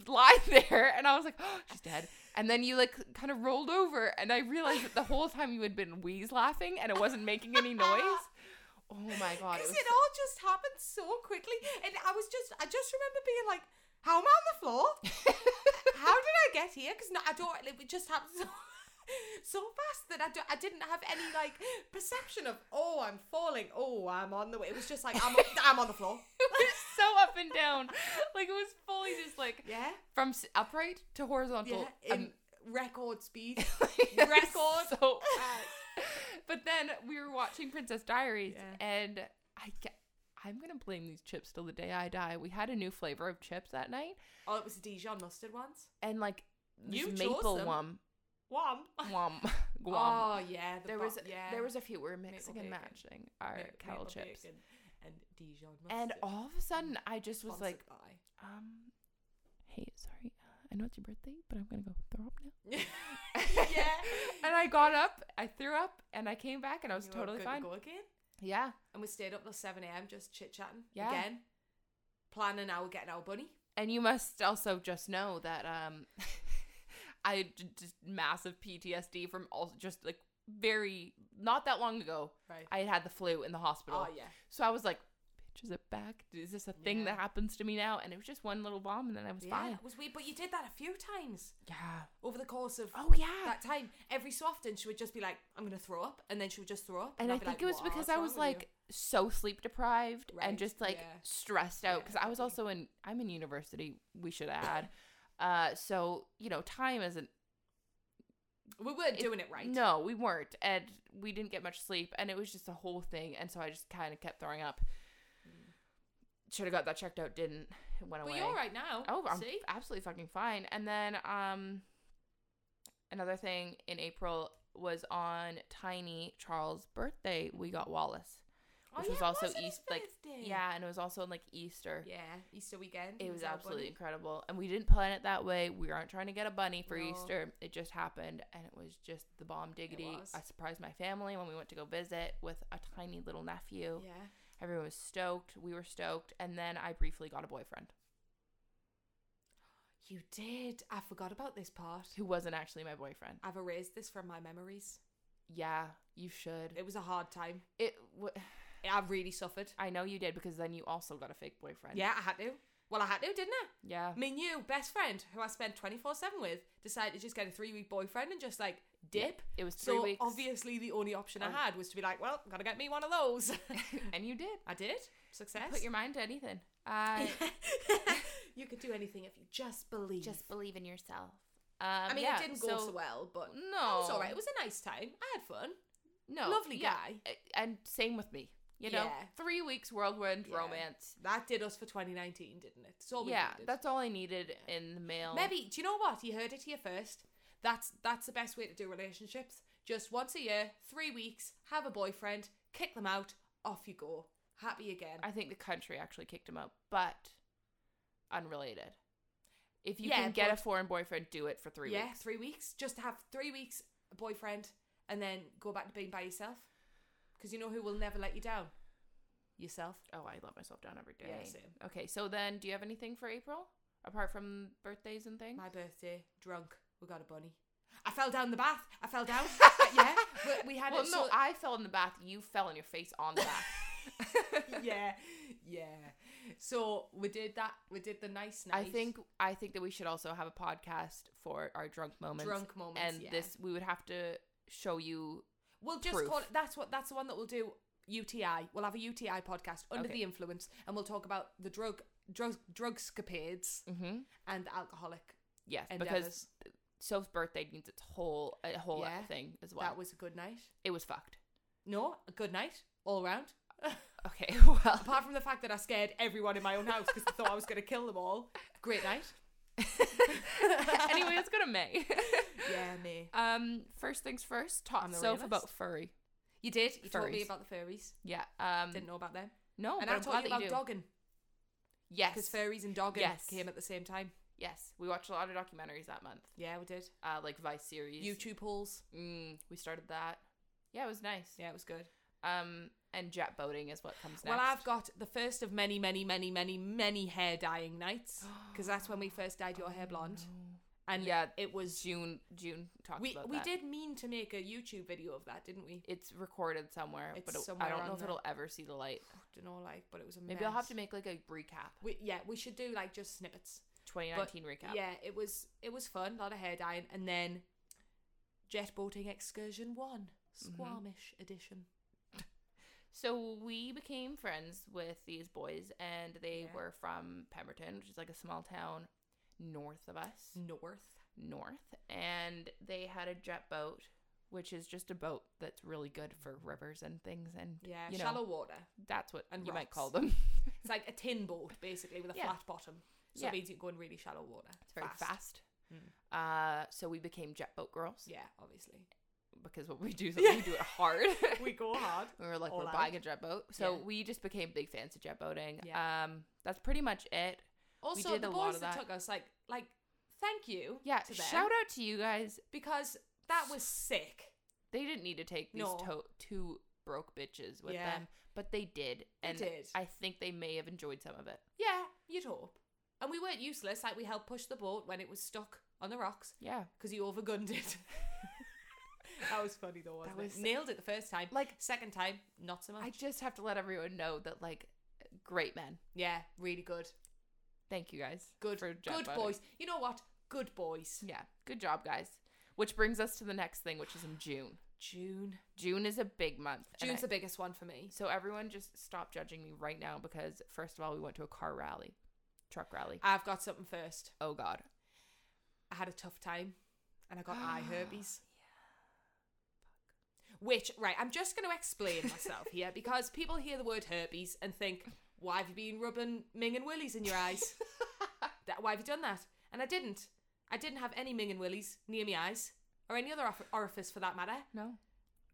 A: lied there. And I was like, oh, she's dead. And then you like kind of rolled over. And I realized that the whole time you had been wheeze laughing and it wasn't making any noise. Oh my God. It
B: Because
A: was
B: it, all just happened so quickly, and I was just, I just remember being like, "How am I on the floor? How did I get here?" Because no, I don't. like, It just happened so, so fast that I, do, I didn't have any like perception of, "Oh, I'm falling. Oh, I'm on the way." It was just like, "I'm, I'm on the floor."
A: it was so up and down. Like it was fully just like
B: Yeah,
A: from s- upright to horizontal.
B: yeah. In
A: um,
B: record speed.
A: it was
B: record.
A: So but then we were watching Princess Diaries,
B: Yeah.
A: and I get, I'm gonna blame these chips till the day I die. We had a new flavor of chips that night,
B: oh, it was Dijon mustard ones.
A: and like this
B: You chose
A: maple
B: them.
A: one,
B: One.
A: guam, guam.
B: Oh yeah, the
A: there
B: bo-
A: was
B: yeah.
A: there was a few we were mixing and
B: bacon.
A: matching our
B: Ma-
A: kettle
B: maple
A: chips,
B: bacon and Dijon mustard.
A: and all of a sudden I just was like,
B: Sponsored by.
A: um, hey, sorry, uh, I know it's your birthday, but I'm gonna go throw up now.
B: yeah.
A: And I got up, I threw up, and I came back, and I was
B: You were
A: totally
B: good
A: fine.
B: To go again.
A: Yeah.
B: And we stayed up till 7 a.m. just chit chatting
A: Yeah.
B: again, planning how we're getting our bunny.
A: And you must also just know that um, I had j- just massive PTSD from all just like very not that long ago.
B: Right.
A: I had had the flu in the hospital,
B: oh, yeah.
A: so I was like, "Bitch, is it back? Is this a thing
B: Yeah.
A: that happens to me now?" And it was just one little bomb, and then I was
B: Yeah,
A: fine.
B: it was weird. But you did that a few times
A: Yeah.
B: over the course of
A: Oh yeah.
B: that time. Every so often, she would just be like, I'm going to throw up. And then she would just throw up.
A: and I
B: I'd be
A: think
B: like,
A: it was
B: "What's
A: because I
B: wrong
A: was
B: with you?"
A: like so sleep deprived and
B: Right,
A: just like
B: yeah.
A: stressed out
B: Yeah,
A: because I was also in I'm in university. We should add. Uh, so you know, time isn't
B: we weren't
A: it-
B: doing it right.
A: No, we weren't. And we didn't get much sleep. And it was just a whole thing. And so I just kind of kept throwing up. Should have got that checked out. Didn't. It went
B: Mm. But
A: away.
B: you're all right now.
A: Oh, I'm
B: See?
A: absolutely fucking fine. And then um, another thing in April was on Tiny Charles' birthday. We got Wallace.
B: Oh,
A: which
B: yeah,
A: was
B: it
A: also
B: on his
A: East- like,
B: birthday.
A: Yeah, and it was also on like Easter.
B: Yeah. Easter weekend.
A: It was
B: our
A: absolutely
B: bunny.
A: incredible. And we didn't plan it that way. We aren't trying to get a bunny for
B: No.
A: Easter. It just happened and it was just the bomb diggity.
B: was.
A: I surprised my family when we went to go visit with a tiny little nephew.
B: Yeah.
A: Everyone was stoked. We were stoked. And then I briefly got a boyfriend
B: You did. I forgot about this part.
A: who wasn't actually my boyfriend.
B: I've erased this from my memories.
A: Yeah, you should.
B: It was a hard time.
A: It w-
B: I really suffered.
A: I know you did because then you also got a fake boyfriend.
B: Yeah, I had to. Well, I had to, didn't I?
A: Yeah.
B: My new best friend, who I spent 24 7 with, decided to just get a three week boyfriend and just like dip.
A: It was 3
B: So
A: weeks.
B: obviously, the only option
A: Um,
B: I had was to be like, well, gotta get me one of those.
A: and you did.
B: I did.
A: You
B: Success.
A: put your mind to anything. I
B: you could do anything if you just believe.
A: just believe in yourself. Um,
B: I mean,
A: yeah,
B: it didn't go
A: so-
B: so well, but
A: No.
B: it was alright. It was a nice time. I had fun.
A: No.
B: Lovely
A: yeah.
B: guy.
A: A- And same with me. You know,
B: Yeah.
A: three weeks whirlwind
B: Yeah.
A: romance.
B: That did us for 2019, didn't it? So we
A: yeah,
B: needed.
A: that's all I needed in the mail.
B: Maybe do you know what? You heard it here first. That's that's the best way to do relationships. Just once a year, three weeks, have a boyfriend, kick them out, off you go. happy again.
A: I think the country actually kicked him out, but unrelated. If you
B: Yeah,
A: can get a
B: but-
A: foreign boyfriend, do it for three
B: yeah,
A: weeks.
B: three weeks. Just have three weeks a boyfriend and then go back to being by yourself. Because you know who will never let you down? Yourself.
A: Oh, I let myself down every day.
B: Yeah, same.
A: Okay, so then do you have anything for April apart from birthdays and things?
B: My birthday, drunk. We got a bunny. I fell down the bath. I fell down. yeah. We, we had
A: well,
B: it
A: no,
B: so-
A: I fell in the bath. You fell on your face on the bath.
B: yeah, yeah. So we did that. We did the nice
A: I
B: night.
A: think I think that we should also have a podcast for our drunk moments.
B: drunk moments.
A: and
B: yeah.
A: this we would have to show you
B: we'll just
A: proof.
B: call it. That's what. That's the one that we'll do. UTI. We'll have a UTI podcast under
A: Okay.
B: the influence, and we'll talk about the drug, drug, drug scapades
A: mm-hmm.
B: and the alcoholic
A: yes because
B: endeavors.
A: Soph's birthday needs its whole a whole
B: Yeah,
A: thing as well.
B: that was a good night.
A: it was fucked.
B: No, a good night all round.
A: Okay, well,
B: Apart from the fact that I scared everyone in my own house because I thought I was going to kill them all. Great night.
A: anyway, let's go to May.
B: Yeah, me.
A: Um, first things first, taught
B: I'm the
A: Soph
B: realist.
A: about furry.
B: You did. You told me
A: Furries.
B: about the furries.
A: Yeah. Um,
B: Didn't know about them.
A: no,
B: and
A: but
B: I
A: I'm
B: told
A: glad
B: you
A: that
B: about
A: do.
B: dogging. Because
A: Yes,
B: fairies and dogging
A: Yes.
B: came at the same time.
A: yes. We watched a lot of documentaries that month,
B: Yeah, we did.
A: uh, like Vice series.
B: YouTube hauls.
A: Mm, we started that. Yeah, it was nice.
B: Yeah, it was good.
A: Um, and jet boating is what comes next.
B: Well, I've got the first of many, many, many, many, many hair dyeing nights. Because that's when we first dyed your hair blonde. And Oh, yeah,
A: Yeah.
B: it was.
A: June. June talks
B: We,
A: about
B: we
A: that.
B: did mean to make a YouTube video of that, didn't we?
A: It's recorded somewhere,
B: It's
A: but it,
B: somewhere
A: I don't
B: on
A: know if
B: there.
A: it'll ever see the light.
B: Don't know, like, but it was a
A: Maybe I'll have
B: mess.
A: to make like a recap,
B: We, yeah, we should do like just snippets.
A: 2019 recap.
B: Yeah, it was it was fun. A lot of hair dyeing, and then jet boating excursion one, Squamish edition.
A: So we became friends with these boys, and they
B: Yeah.
A: were from Pemberton, which is like a small town north of us,
B: North.
A: north. And they had a jet boat, which is just a boat that's really good for rivers and things, and
B: Yeah,
A: you know,
B: shallow water.
A: that's what
B: and
A: you might
B: rocks.
A: call them.
B: It's like a tin boat basically with a
A: Yeah.
B: flat bottom. So
A: Yeah.
B: it means you can go in really shallow water.
A: It's very fast. Uh, so we became jet boat girls
B: Yeah, obviously.
A: because what we do is that we do it hard.
B: we go hard.
A: we were like,
B: All
A: we're
B: out.
A: buying a jet boat. So
B: Yeah.
A: we just became big fans of jet boating.
B: Yeah.
A: Um, that's pretty much it.
B: Also,
A: did a
B: the
A: lot
B: boys
A: of
B: that,
A: that.
B: took us, like, like, thank you.
A: Yeah.
B: to them
A: Shout out to you guys.
B: because that was sick.
A: They didn't need to take these
B: No.
A: to- two broke bitches with
B: Yeah.
A: them, but they did.
B: They
A: And
B: did.
A: I think they may have enjoyed some of it.
B: Yeah, you'd hope. And we weren't useless. Like we helped push the boat when it was stuck on the rocks
A: Yeah.
B: because you overgunned it. that was funny though, wasn't
A: That was-
B: it? Nailed it the first time.
A: Like,
B: Second time, not so much.
A: I just have to let everyone know that, like, great men.
B: yeah, really good.
A: Thank you guys.
B: Good,
A: for jet
B: good
A: boating.
B: boys. You know what? Good boys.
A: Yeah. Good job, guys. Which brings us to the next thing, which is in June.
B: June.
A: June is a big month. and
B: June's
A: I-
B: the biggest one for me.
A: so everyone just stop judging me right now because first of all, we went to a car rally, truck rally.
B: I've got something first.
A: Oh God,
B: I had a tough time and I got eye herpes. Which, right, I'm just going to explain myself here because people hear the word herpes and think, why have you been rubbing Ming and Willies in your eyes? that, why have you done that? And I didn't. I didn't have any Ming and Willies near my eyes or any other orif- orifice for that matter.
A: no.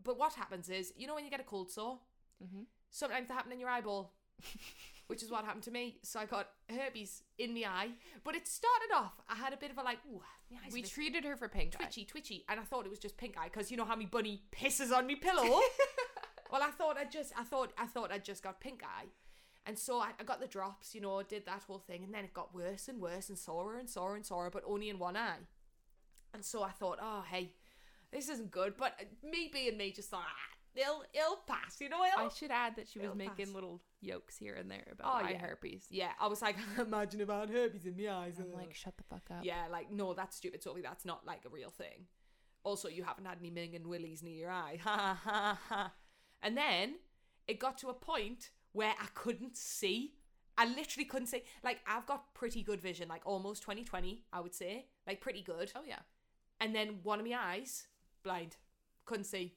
B: But what happens is, you know, when you get a cold sore,
A: Mhm.
B: sometimes they happen in your eyeball, which is what happened to me. So I got herpes in my eye. But it started off, I had a bit of a like, ooh, my eyes are a
A: We
B: bit
A: treated her for pink eye.
B: twitchy, twitchy, and I thought it was just pink eye because you know how me bunny pisses on me pillow. well, I thought I just, I thought, I thought I just got pink eye, and so I, I got the drops, you know, did that whole thing, and then it got worse and worse and sorer and sorer and sorer, but only in one eye. And so I thought, oh hey, this isn't good. But uh, me being me, just thought, ah, it'll, it'll pass, you know. It'll
A: I should add that she was
B: It'll
A: making
B: pass.
A: little yokes here and there about
B: Oh,
A: eye
B: yeah.
A: herpes.
B: yeah, I was like, imagine if I had herpes in my eyes.
A: I'm
B: uh.
A: like, shut the fuck up.
B: yeah, like no, that's stupid. Totally, that's not like a real thing. Also, you haven't had any Ming and Willies near your eye. Ha ha ha. And then it got to a point where I couldn't see. I literally couldn't see. Like I've got pretty good vision, like almost 20/20, I would say, like pretty good.
A: Oh yeah.
B: And then one of my eyes blind, couldn't see.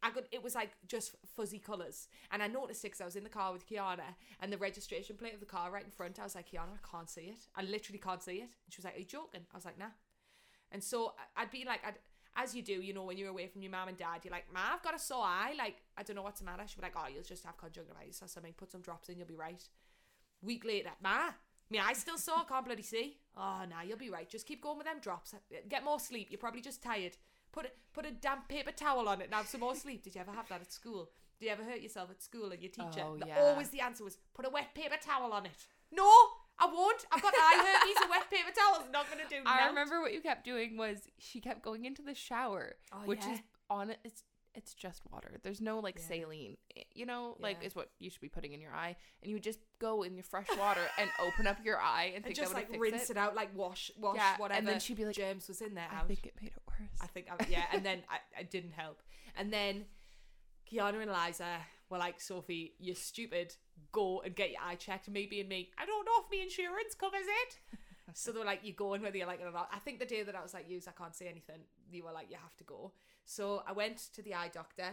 B: I could. It was like just fuzzy colours, and I noticed it because I was in the car with Kiana, and the registration plate of the car right in front. I was like, Kiana, I can't see it. I literally can't see it. And she was like, Are you joking? I was like, Nah. And so I- I'd be like, I'd as you do, you know, when you're away from your mum and dad, you're like, Ma, I've got a sore eye. Like, I don't know what's the matter. She'll be like, Oh, you'll just have conjunctivitis or something. Put some drops in, you'll be right. Week later, Ma, my eye's still sore. Can't bloody see. Oh, no, you'll be right. Just keep going with them drops. Get more sleep. You're probably just tired. Put a, put a damp paper towel on it and have some more sleep. Did you ever have that at school? Did you ever hurt yourself at school and your teacher?
A: Oh,
B: The-
A: yeah.
B: Always the answer was put a wet paper towel on it. No, I won't. I've got eye herpes. A wet paper towel's not going to do
A: I
B: nout.
A: remember what you kept doing was she kept going into the shower,
B: Oh,
A: which
B: yeah.
A: is on it's it's just water. There's no like
B: Yeah.
A: saline, eh, you know, like
B: Yeah.
A: is what you should be putting in your eye, and you would just go in your fresh water and open up your eye and,
B: and
A: think
B: just
A: that
B: like
A: would
B: rinse
A: fix
B: it. out, like wash, wash
A: Yeah,
B: whatever.
A: and then she'd be like,
B: germs was in there.
A: I
B: out.
A: think it made it worse.
B: I think, I, yeah, and then I, I didn't help. And then Kiana and Eliza were like, Sophie, you're stupid. Go and get your eye checked. Me being me, I don't know if my insurance covers it. so they were like, you're going whether you like it or not. I think the day that I was like, yous, I can't say anything, you were like, you have to go. So I went to the eye doctor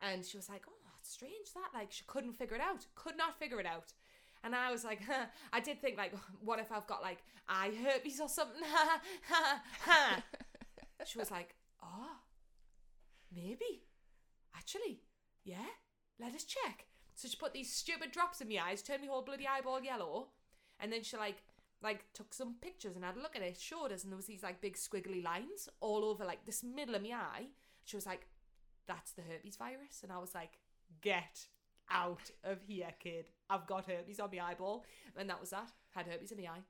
B: and she was like, oh, that's strange that. Like, she couldn't figure it out. Could not figure it out. And I was like, I did think like, what if I've got like eye herpes or something? she was like, oh, maybe. Actually, yeah, let us check. So she put these stupid drops in my eyes, turned my whole bloody eyeball yellow, and then she like like took some pictures and had a look at it, showed us, and there was these like big squiggly lines all over like this middle of my eye. She was like, That's the herpes virus. And I was like, Get out of here, kid. I've got herpes on my eyeball. And that was that. Had herpes in my eye.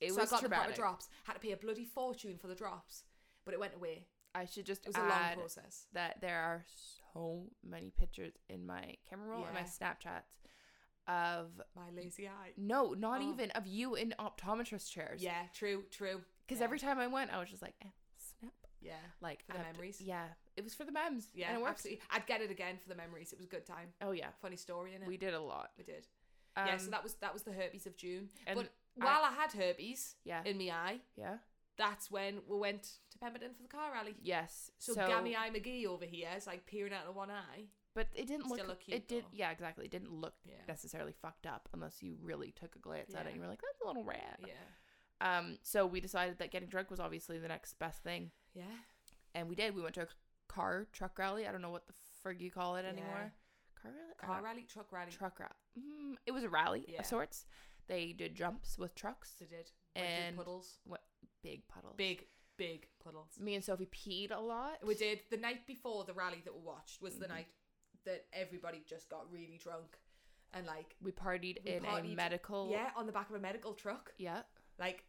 A: it
B: so I
A: was
B: got the
A: traumatic.
B: proper drops. Had to pay a bloody fortune for the drops. But it went away.
A: I should just
B: It was a long
A: add
B: process.
A: that there are so many pictures in my camera roll and my
B: Yeah.
A: Snapchats of
B: My lazy eye.
A: no, not
B: Oh.
A: even of you in optometrist chairs.
B: Yeah, true, true.
A: because
B: yeah.
A: every time I went, I was just like, eh, snap.
B: yeah,
A: like
B: For the
A: I've d-
B: memories?
A: yeah, it was for the memes.
B: yeah,
A: and it works.
B: absolutely. I'd get it again for the memories. It was a good time.
A: Oh yeah,
B: Funny story in it.
A: we
B: We,
A: did a lot.
B: did.
A: Um,
B: yeah, so that was that was the herpes of June.
A: and
B: but
A: I-
B: while I had herpes
A: yeah,
B: in my eye,
A: yeah,
B: that's when we went to Pemberton for the car rally.
A: yes.
B: So,
A: So,
B: Gammy Eye McGee over here is like peering out of one eye.
A: but it didn't look.
B: Still look cute,
A: it did.
B: though.
A: Yeah, exactly. It didn't look
B: Yeah.
A: necessarily fucked up unless you really took a glance at it
B: Yeah.
A: and you were like, that's a little rad.
B: Yeah.
A: Um. So we decided that getting drunk was obviously the next best thing,
B: Yeah.
A: and we did. We went to a car truck rally. I don't know what the frig you call it
B: Yeah.
A: anymore. Car rally. I
B: Car
A: don't-
B: rally, truck rally.
A: Truck rally. Mm, it was a rally
B: Yeah.
A: of sorts. They did jumps with trucks.
B: They did.
A: And-
B: And puddles.
A: Big puddles.
B: Big, big puddles.
A: Me and Sophie peed a lot.
B: We did the night before the rally that we watched was the
A: Mhm.
B: night that everybody just got really drunk and like
A: We partied
B: We
A: in a
B: partied-
A: medical.
B: yeah on the back of a medical truck
A: Yeah.
B: like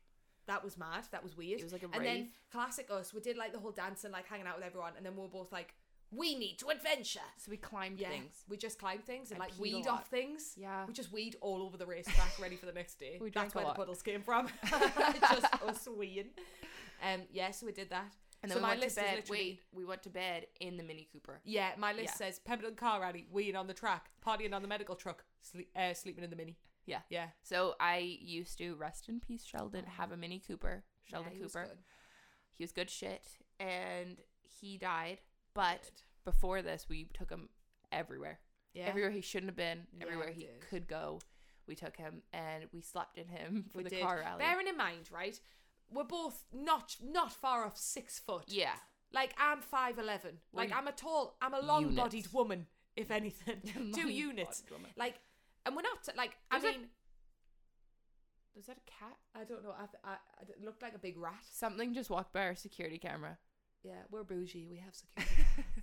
B: that was mad that was weird
A: It was like a
B: and
A: rave.
B: then classic us we did like the whole dance and like hanging out with everyone and then we were both like we need to adventure
A: so we climbed
B: yeah
A: things.
B: we just climbed things and,
A: And
B: like
A: peed a
B: weed
A: lot.
B: off things
A: Yeah.
B: we just weed all over the racetrack ready for the next day
A: We drank
B: that's
A: a
B: where the
A: lot.
B: puddles came from just us weeing um yeah so we did that
A: And then
B: so
A: we
B: my
A: went
B: list
A: to
B: is
A: bed.
B: literally-
A: Wait, we went to bed in the Mini Cooper.
B: Yeah, my list
A: Yeah.
B: says Pemberton car rally, weeing on the track, partying on the medical truck, sleep, uh, sleeping in the mini.
A: Yeah.
B: yeah.
A: So I used to rest in peace, Sheldon. Have a Mini Cooper, Sheldon
B: Oh. Yeah, he was
A: Cooper.
B: good.
A: he was good shit, and he died. But
B: Good.
A: before this, we took him everywhere.
B: yeah,
A: Everywhere he shouldn't have been.
B: Yeah,
A: everywhere
B: we
A: he
B: did.
A: could go, we took him, and we slept in him for
B: we
A: the
B: did.
A: car rally.
B: Bearing in mind, right, we're both not not far off six foot.
A: yeah.
B: Like I'm five eleven. Like
A: We're
B: I'm a tall. I'm a long bodied
A: units.
B: woman, if anything. Two
A: Long-bodied
B: units.
A: woman.
B: Like, and we're not like.
A: Was
B: I
A: it-
B: mean,
A: Was that a cat?
B: I don't know. I, th- I, I it looked like a big rat.
A: Something just walked by our security camera.
B: Yeah, we're bougie. We have security.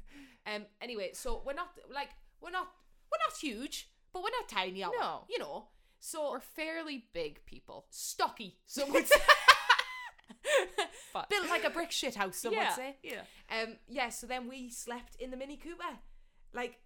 B: um. Anyway, so we're not like we're not we're not huge, but we're not tiny. Are we?
A: No.
B: you know. So
A: We're fairly big people.
B: stocky. Some would say.
A: But
B: built like a brick shit house. Some
A: yeah,
B: would say.
A: Yeah.
B: Um. Yeah. So then we slept in the Mini Cooper. Like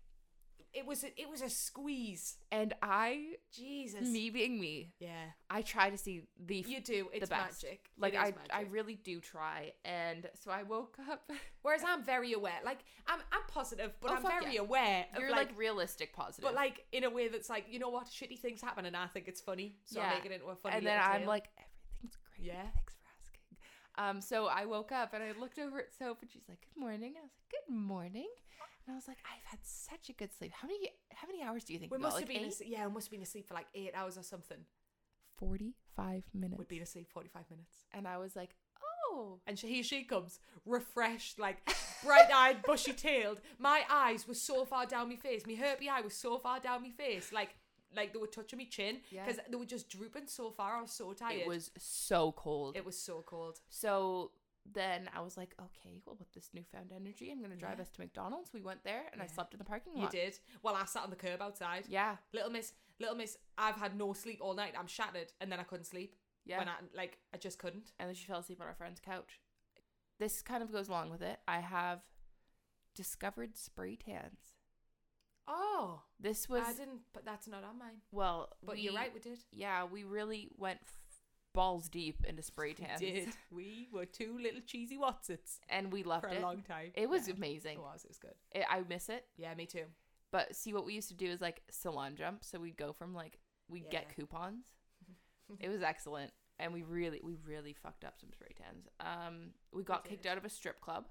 B: it was. A, it was a squeeze.
A: And I,
B: Jesus.
A: me being me,
B: Yeah.
A: I try to see the
B: You do. It's
A: best.
B: magic. It
A: like
B: is
A: I
B: magic.
A: I really do try. And so I woke up.
B: Whereas I'm very aware. Like I'm. I'm positive, but
A: Oh,
B: I'm
A: fuck
B: very
A: yeah.
B: aware. Of,
A: You're like, realistic positive.
B: But like in a way that's like, you know what, shitty things happen, and I think it's funny, so I
A: Yeah.
B: make it into a funny.
A: and then
B: little
A: I'm
B: tale.
A: like everything's great.
B: Yeah.
A: Thanks for asking. Um so I woke up and I looked over at Soap and she's like, "Good morning." And I was like, "Good morning." And I was like, "I've had such a good sleep. How many how many hours do you think
B: we
A: you got?
B: must
A: like
B: have been,
A: eight?
B: asleep, yeah, we must have been asleep for like eight hours or something.
A: 45 minutes."
B: We'd been asleep forty five minutes.
A: and I was like, Oh.
B: And she, here she comes, refreshed, like bright eyed, bushy tailed. My eyes were so far down my face. My herpy eye was so far down my face. Like, like they were touching my chin
A: Yeah.
B: because they were just drooping so far. I was so tired.
A: It was so cold.
B: It was so cold.
A: So then I was like, okay, well, with this newfound energy, I'm going to drive
B: Yeah.
A: us to McDonald's. We went there and I
B: Yeah.
A: slept in the parking
B: You
A: lot.
B: did. Well, I sat on the curb outside.
A: Yeah.
B: Little Miss, Little Miss, I've had no sleep all night. I'm shattered, and then I couldn't sleep.
A: Yeah.
B: When I like, I just couldn't.
A: and then she fell asleep on our friend's couch. This kind of goes along with it. I have discovered spray tans.
B: Oh,
A: This was,
B: I didn't. But that's not on mine.
A: well,
B: But
A: we-
B: you're right, we did.
A: Yeah, we really went f- balls deep into spray tans.
B: We were two little cheesy Watsits
A: And we loved
B: for a
A: it.
B: long time.
A: It was
B: Yeah.
A: amazing.
B: It was. It was good.
A: It, I miss it.
B: Yeah, me too.
A: But see, what we used to do is like salon jump. So we'd go from like we'd
B: Yeah.
A: get coupons. it was excellent, and we really, we really fucked up some spray tans. Um, we got kicked
B: did.
A: out of a strip club.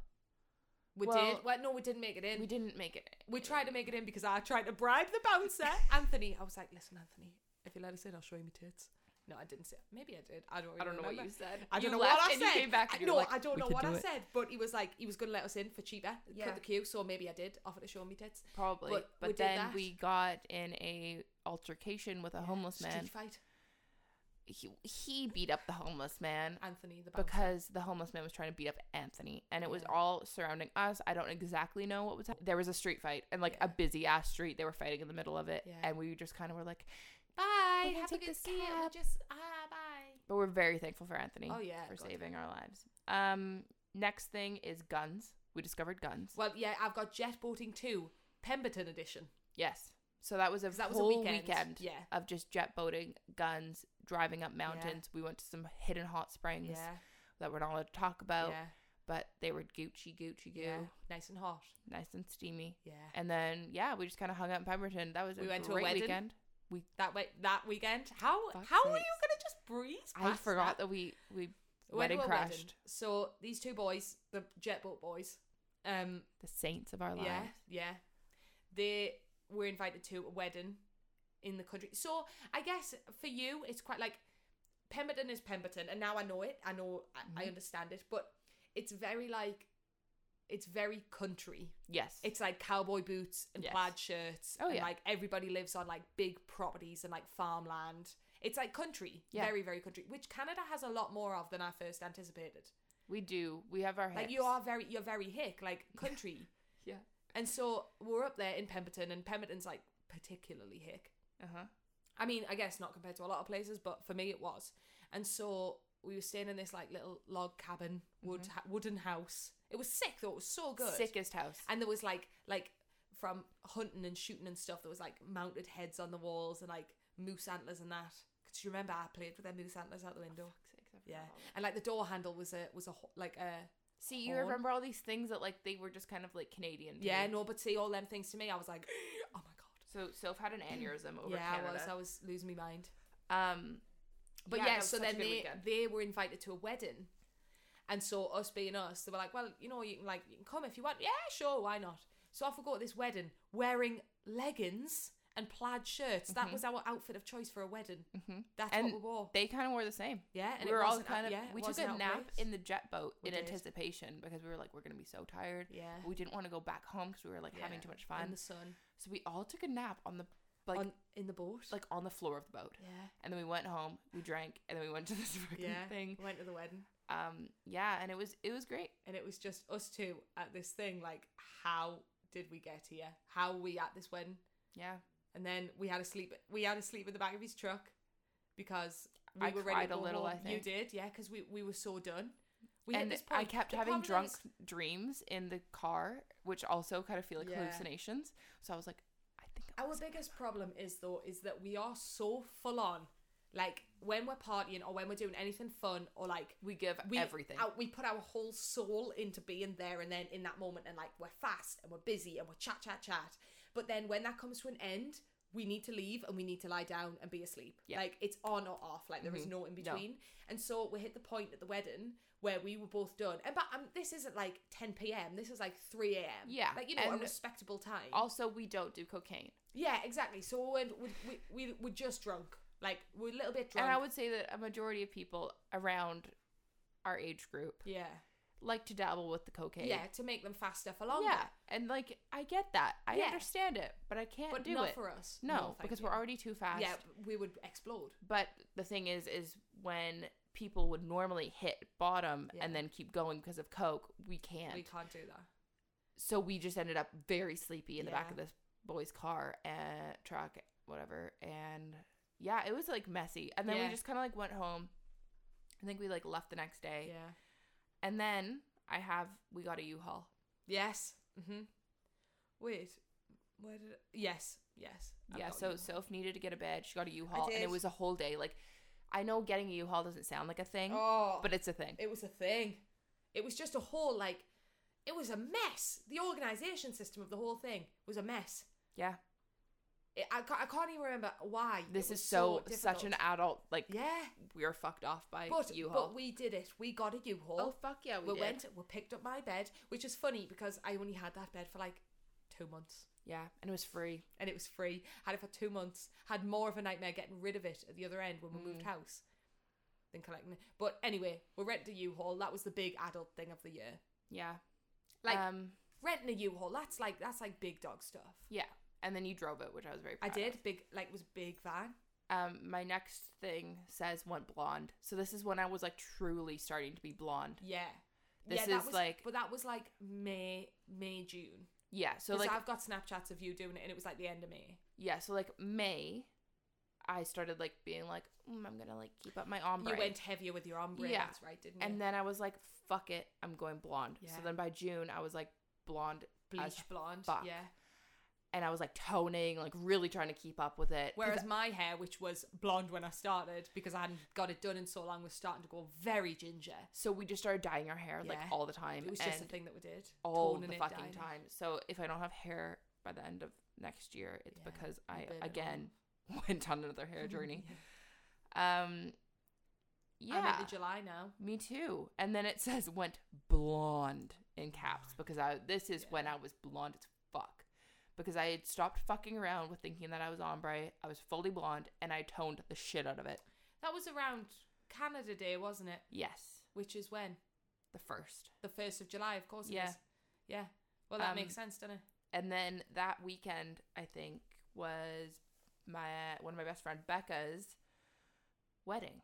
B: We
A: Well-
B: did. Well, no, we didn't make it in.
A: We
B: We,
A: didn't make it.
B: tried to make it in because I tried to bribe the bouncer, Anthony. I was like, "Listen, Anthony, if you let us in, I'll show you my tits." No, I didn't say. Maybe I did. I don't. Really
A: I don't know
B: remember.
A: what you said.
B: I don't
A: You
B: know
A: left
B: what I
A: and
B: said.
A: You came back.
B: I,
A: And
B: no,
A: like,
B: I don't
A: "We
B: know
A: could
B: what
A: do
B: I
A: it."
B: said, but he was like, he was going to let us in for cheaper,
C: Yeah.
B: cut the queue, so maybe I did offer to show me tits.
A: Probably, but,
B: but we did
A: then
B: that.
A: we got in a altercation with a homeless man.
B: Street fight.
A: He, he beat up the homeless man
B: Anthony, the bouncer.
A: because the homeless man was trying to beat up Anthony, and it was
B: Yeah.
A: all surrounding us. I don't exactly know what was happening. There was a street fight, and like a
B: Yeah.
A: busy ass street, they were fighting in the middle of it,
B: Yeah.
A: and we just kind of were like,
B: Bye.
A: We're gonna
B: Have a
A: take
B: good
A: this
B: see you.
A: cab.
B: Just ah, bye.
A: but we're very thankful for Anthony
B: Oh yeah,
A: for
B: God,
A: saving
B: yeah.
A: our lives. Um, next thing is guns. We discovered guns.
B: Well, yeah, I've got jet boating too, Pemberton edition.
A: Yes, so that was a
B: 'Cause that was a
A: whole
B: weekend.
A: weekend.
B: Yeah.
A: of just jet boating, guns, driving up mountains. We went to some hidden hot springs
B: Yeah.
A: that we're not allowed to talk about,
B: yeah.
A: but they were Gucci, Gucci, goo,
B: Yeah. Nice and hot.
A: nice and steamy.
B: Yeah.
A: And then yeah, we just kind of hung out in Pemberton. That was a
B: We went to a
A: great
B: wedding.
A: weekend.
B: That way, that weekend. How
A: Fuck's
B: how were you
A: sakes.
B: gonna just breeze?
A: I
B: past
A: forgot
B: that?
A: that we we
B: We went to
A: wedding
B: a wedding.
A: crashed.
B: So these two boys, the jet boat boys, um,
A: The saints of our lives.
B: Yeah, yeah. They were invited to a wedding in the country. So I guess for you, it's quite like Pemberton is Pemberton, and now I know it. I know I, I
A: Mhm.
B: understand it, but it's very like it's very country.
A: Yes.
B: It's like cowboy boots and
A: Yes.
B: plaid shirts.
A: Oh,
B: and
A: yeah.
B: Like everybody lives on like big properties and like farmland. It's like country,
A: Yeah.
B: very very country, which Canada has a lot more of than I first anticipated.
A: we do. We have our hips.
B: Like you are very you're very hick, like country.
A: Yeah.
B: And so we're up there in Pemberton, and Pemberton's like particularly hick.
A: Uh huh.
B: I mean, I guess not compared to a lot of places, but for me it was. And so we were staying in this like little log cabin, wood ha- wooden house. It was sick though. It was so good.
A: Sickest house.
B: And there was like like from hunting and shooting and stuff. There was like mounted heads on the walls and like moose antlers and that. Cause you remember I played with their moose antlers out the window.
A: Fuck's sakes, I forgot
B: Yeah.
A: all that.
B: And like the door handle was a was a ho- like a
A: See, you
B: Horn.
A: remember all these things that like they were just kind of like Canadian. to
B: yeah
A: me.
B: no. But see all them things to me, I was like, oh my god.
A: So Soph had an aneurysm over
B: yeah,
A: Canada.
B: I was I was losing my mind.
A: Um,
B: But yeah,
A: that was
B: so
A: such a
B: then
A: good
B: they,
A: weekend.
B: they were invited to a wedding. And so us being us, they were like, Well, you know, you can like you can come if you want. Yeah, sure, why not? So off we go to this wedding wearing leggings and plaid shirts. That was our outfit of choice for a wedding.
A: Mhm.
B: That's
A: Mm-hmm. And
B: what we wore.
A: they kind of were the same.
B: Yeah, and
A: we were
B: it
A: all
B: wasn't out-
A: kind of.
B: yeah, it
A: we took
B: wasn't
A: a
B: out of
A: nap
B: place.
A: in the jet boat
B: We
A: in
B: did.
A: anticipation because we were like, we're gonna be so tired.
B: yeah,
A: We didn't want to go back home because we were like having
B: Yeah.
A: too much
B: in
A: fun.
B: the sun,
A: So we all took a nap on the like
B: on in the boat.
A: like on the floor of the boat,
B: yeah,
A: and then we went home. We drank, and then we went to this fucking
B: yeah.
A: thing.
B: Went to the wedding,
A: Um, yeah, and it was it was great.
B: and it was just us two at this thing. Like, how did we get here? How were we at this wedding?
A: Yeah,
B: and then we had a sleep. We had a sleep in the back of his truck because we
A: I
B: were ready
A: cried
B: to
A: a
B: go
A: little, I
B: home.
A: think.
B: You did, yeah, because we, we were so done. We hit
A: and
B: this
A: I
B: point-
A: kept
B: the
A: having
B: problem
A: drunk
B: is-
A: dreams in the car, which also kind of feel like
B: Yeah.
A: hallucinations. So I was like, I think I'm
B: Our biggest problem is though is that we are so full on. Like when we're partying or when we're doing anything fun or like
A: we give
B: we
A: everything.
B: out, we put our whole soul into being there and then in that moment and like we're fast and we're busy and we're chat chat chat but then when that comes to an end we need to leave and we need to lie down and be asleep
A: Yeah. Mm-hmm.
B: like it's on or off like there is no in between and so we hit the point at the wedding where we were both done and but um, this isn't like 10 p.m this is like 3 a.m
A: Yeah,
B: like you know a
A: and
B: respectable time
A: Also, we don't do cocaine.
B: yeah exactly so we, went- we, we, we were just drunk like we're a little bit drunk
A: And I would say that a majority of people around our age group
B: Yeah.
A: like to dabble with the cocaine.
B: Yeah, to make them faster for longer.
A: Yeah. And like I get that. I
B: Yeah.
A: understand it, but I can't
B: But
A: do
B: not
A: it.
B: for us.
A: no,
B: thank
A: because
B: you.
A: we're already too fast.
B: Yeah, we would explode.
A: But the thing is is when people would normally hit bottom
B: Yeah.
A: and then keep going because of coke, we can't.
B: We can't do that.
A: so we just ended up very sleepy in the back
B: Yeah.
A: of this boy's car and truck whatever and yeah it was like messy and then
B: Yeah.
A: we just kind of like went home i think we like left the next day
B: Yeah.
A: and then i have we got a u-haul
B: Yes. Mm-hmm. Wait. Where did? I- Yes. Yes. I've
A: yeah
B: got
A: so
B: you.
A: soph needed to get a bed she got a u-haul and
C: did.
A: it was a whole day like i know getting a u-haul doesn't sound like a thing
C: Oh,
A: but it's a thing
B: it was a thing. It was just a whole like. It was a mess. The organization system of the whole thing was a mess.
A: yeah
B: It, I, ca- I can't even remember why. It
A: this
B: was
A: is so, such
B: difficult.
A: an adult like
B: Yeah,
A: we are fucked off by
B: but
A: u-haul
B: but we did it. We got a U-Haul.
A: oh fuck yeah we,
B: we
A: did.
B: went. We picked up my bed, which is funny because I only had that bed for like two months.
A: yeah and it was free
B: and it was free. Had it for two months. Had more of a nightmare getting rid of it at the other end when we
A: Mm.
B: moved house than collecting it. But anyway, we rented a U-Haul. That was the big adult thing of the year.
A: yeah
B: Like-
A: um
B: Renting a U-Haul. That's like that's like big dog stuff.
A: Yeah. And then you drove it, which I was very
B: I
A: proud
B: did big like was big van.
A: of. Um, my next thing says went blonde. So this is when I was like truly starting to be blonde.
B: Yeah.
A: This
B: yeah, that
A: is
B: was,
A: like-
B: but that was like May, May, June.
A: Yeah. So
B: Because
A: like
B: I've got Snapchats of you doing it, and it was like the end of May.
A: yeah, so like May I started like being like, mm, I'm gonna like keep up my ombre.
B: You went heavier with your ombre,
A: Yeah.
B: that's right, didn't you?
A: and then I was like, fuck it, I'm going blonde.
B: Yeah.
A: So then by June I was like blonde as
B: bleach blonde,
A: fuck.
B: yeah.
A: and I was like toning, like really trying to keep up with it. 'Cause
B: Whereas my hair, which was blonde when I started because I hadn't got it done in so long, was starting to go very ginger.
A: so we just started dyeing our hair like
B: Yeah.
A: all the time.
B: It was just a
A: and
B: thing that we did
A: all
B: Toning
A: the
B: it
A: fucking
B: down.
A: time. So if I don't have hair by the end of next year, it's
B: Yeah,
A: because
B: you
A: I
B: burn it all.
A: again went on another hair journey. Um,
B: I'm
A: yeah,
B: into July now.
A: me too. And then it says went blonde in caps because I this is when I was blonde as fuck because I had stopped fucking around with thinking that I was ombre. I was fully blonde and I toned the shit out of it.
B: That was around Canada Day, wasn't it?
A: Yes,
B: Which is when
A: the first.
B: the first of July, of course. It
A: Yeah.
B: is. yeah. Well, that
A: Um,
B: makes sense, doesn't it?
A: And then that weekend, I think was my one of my best friend Becca's wedding.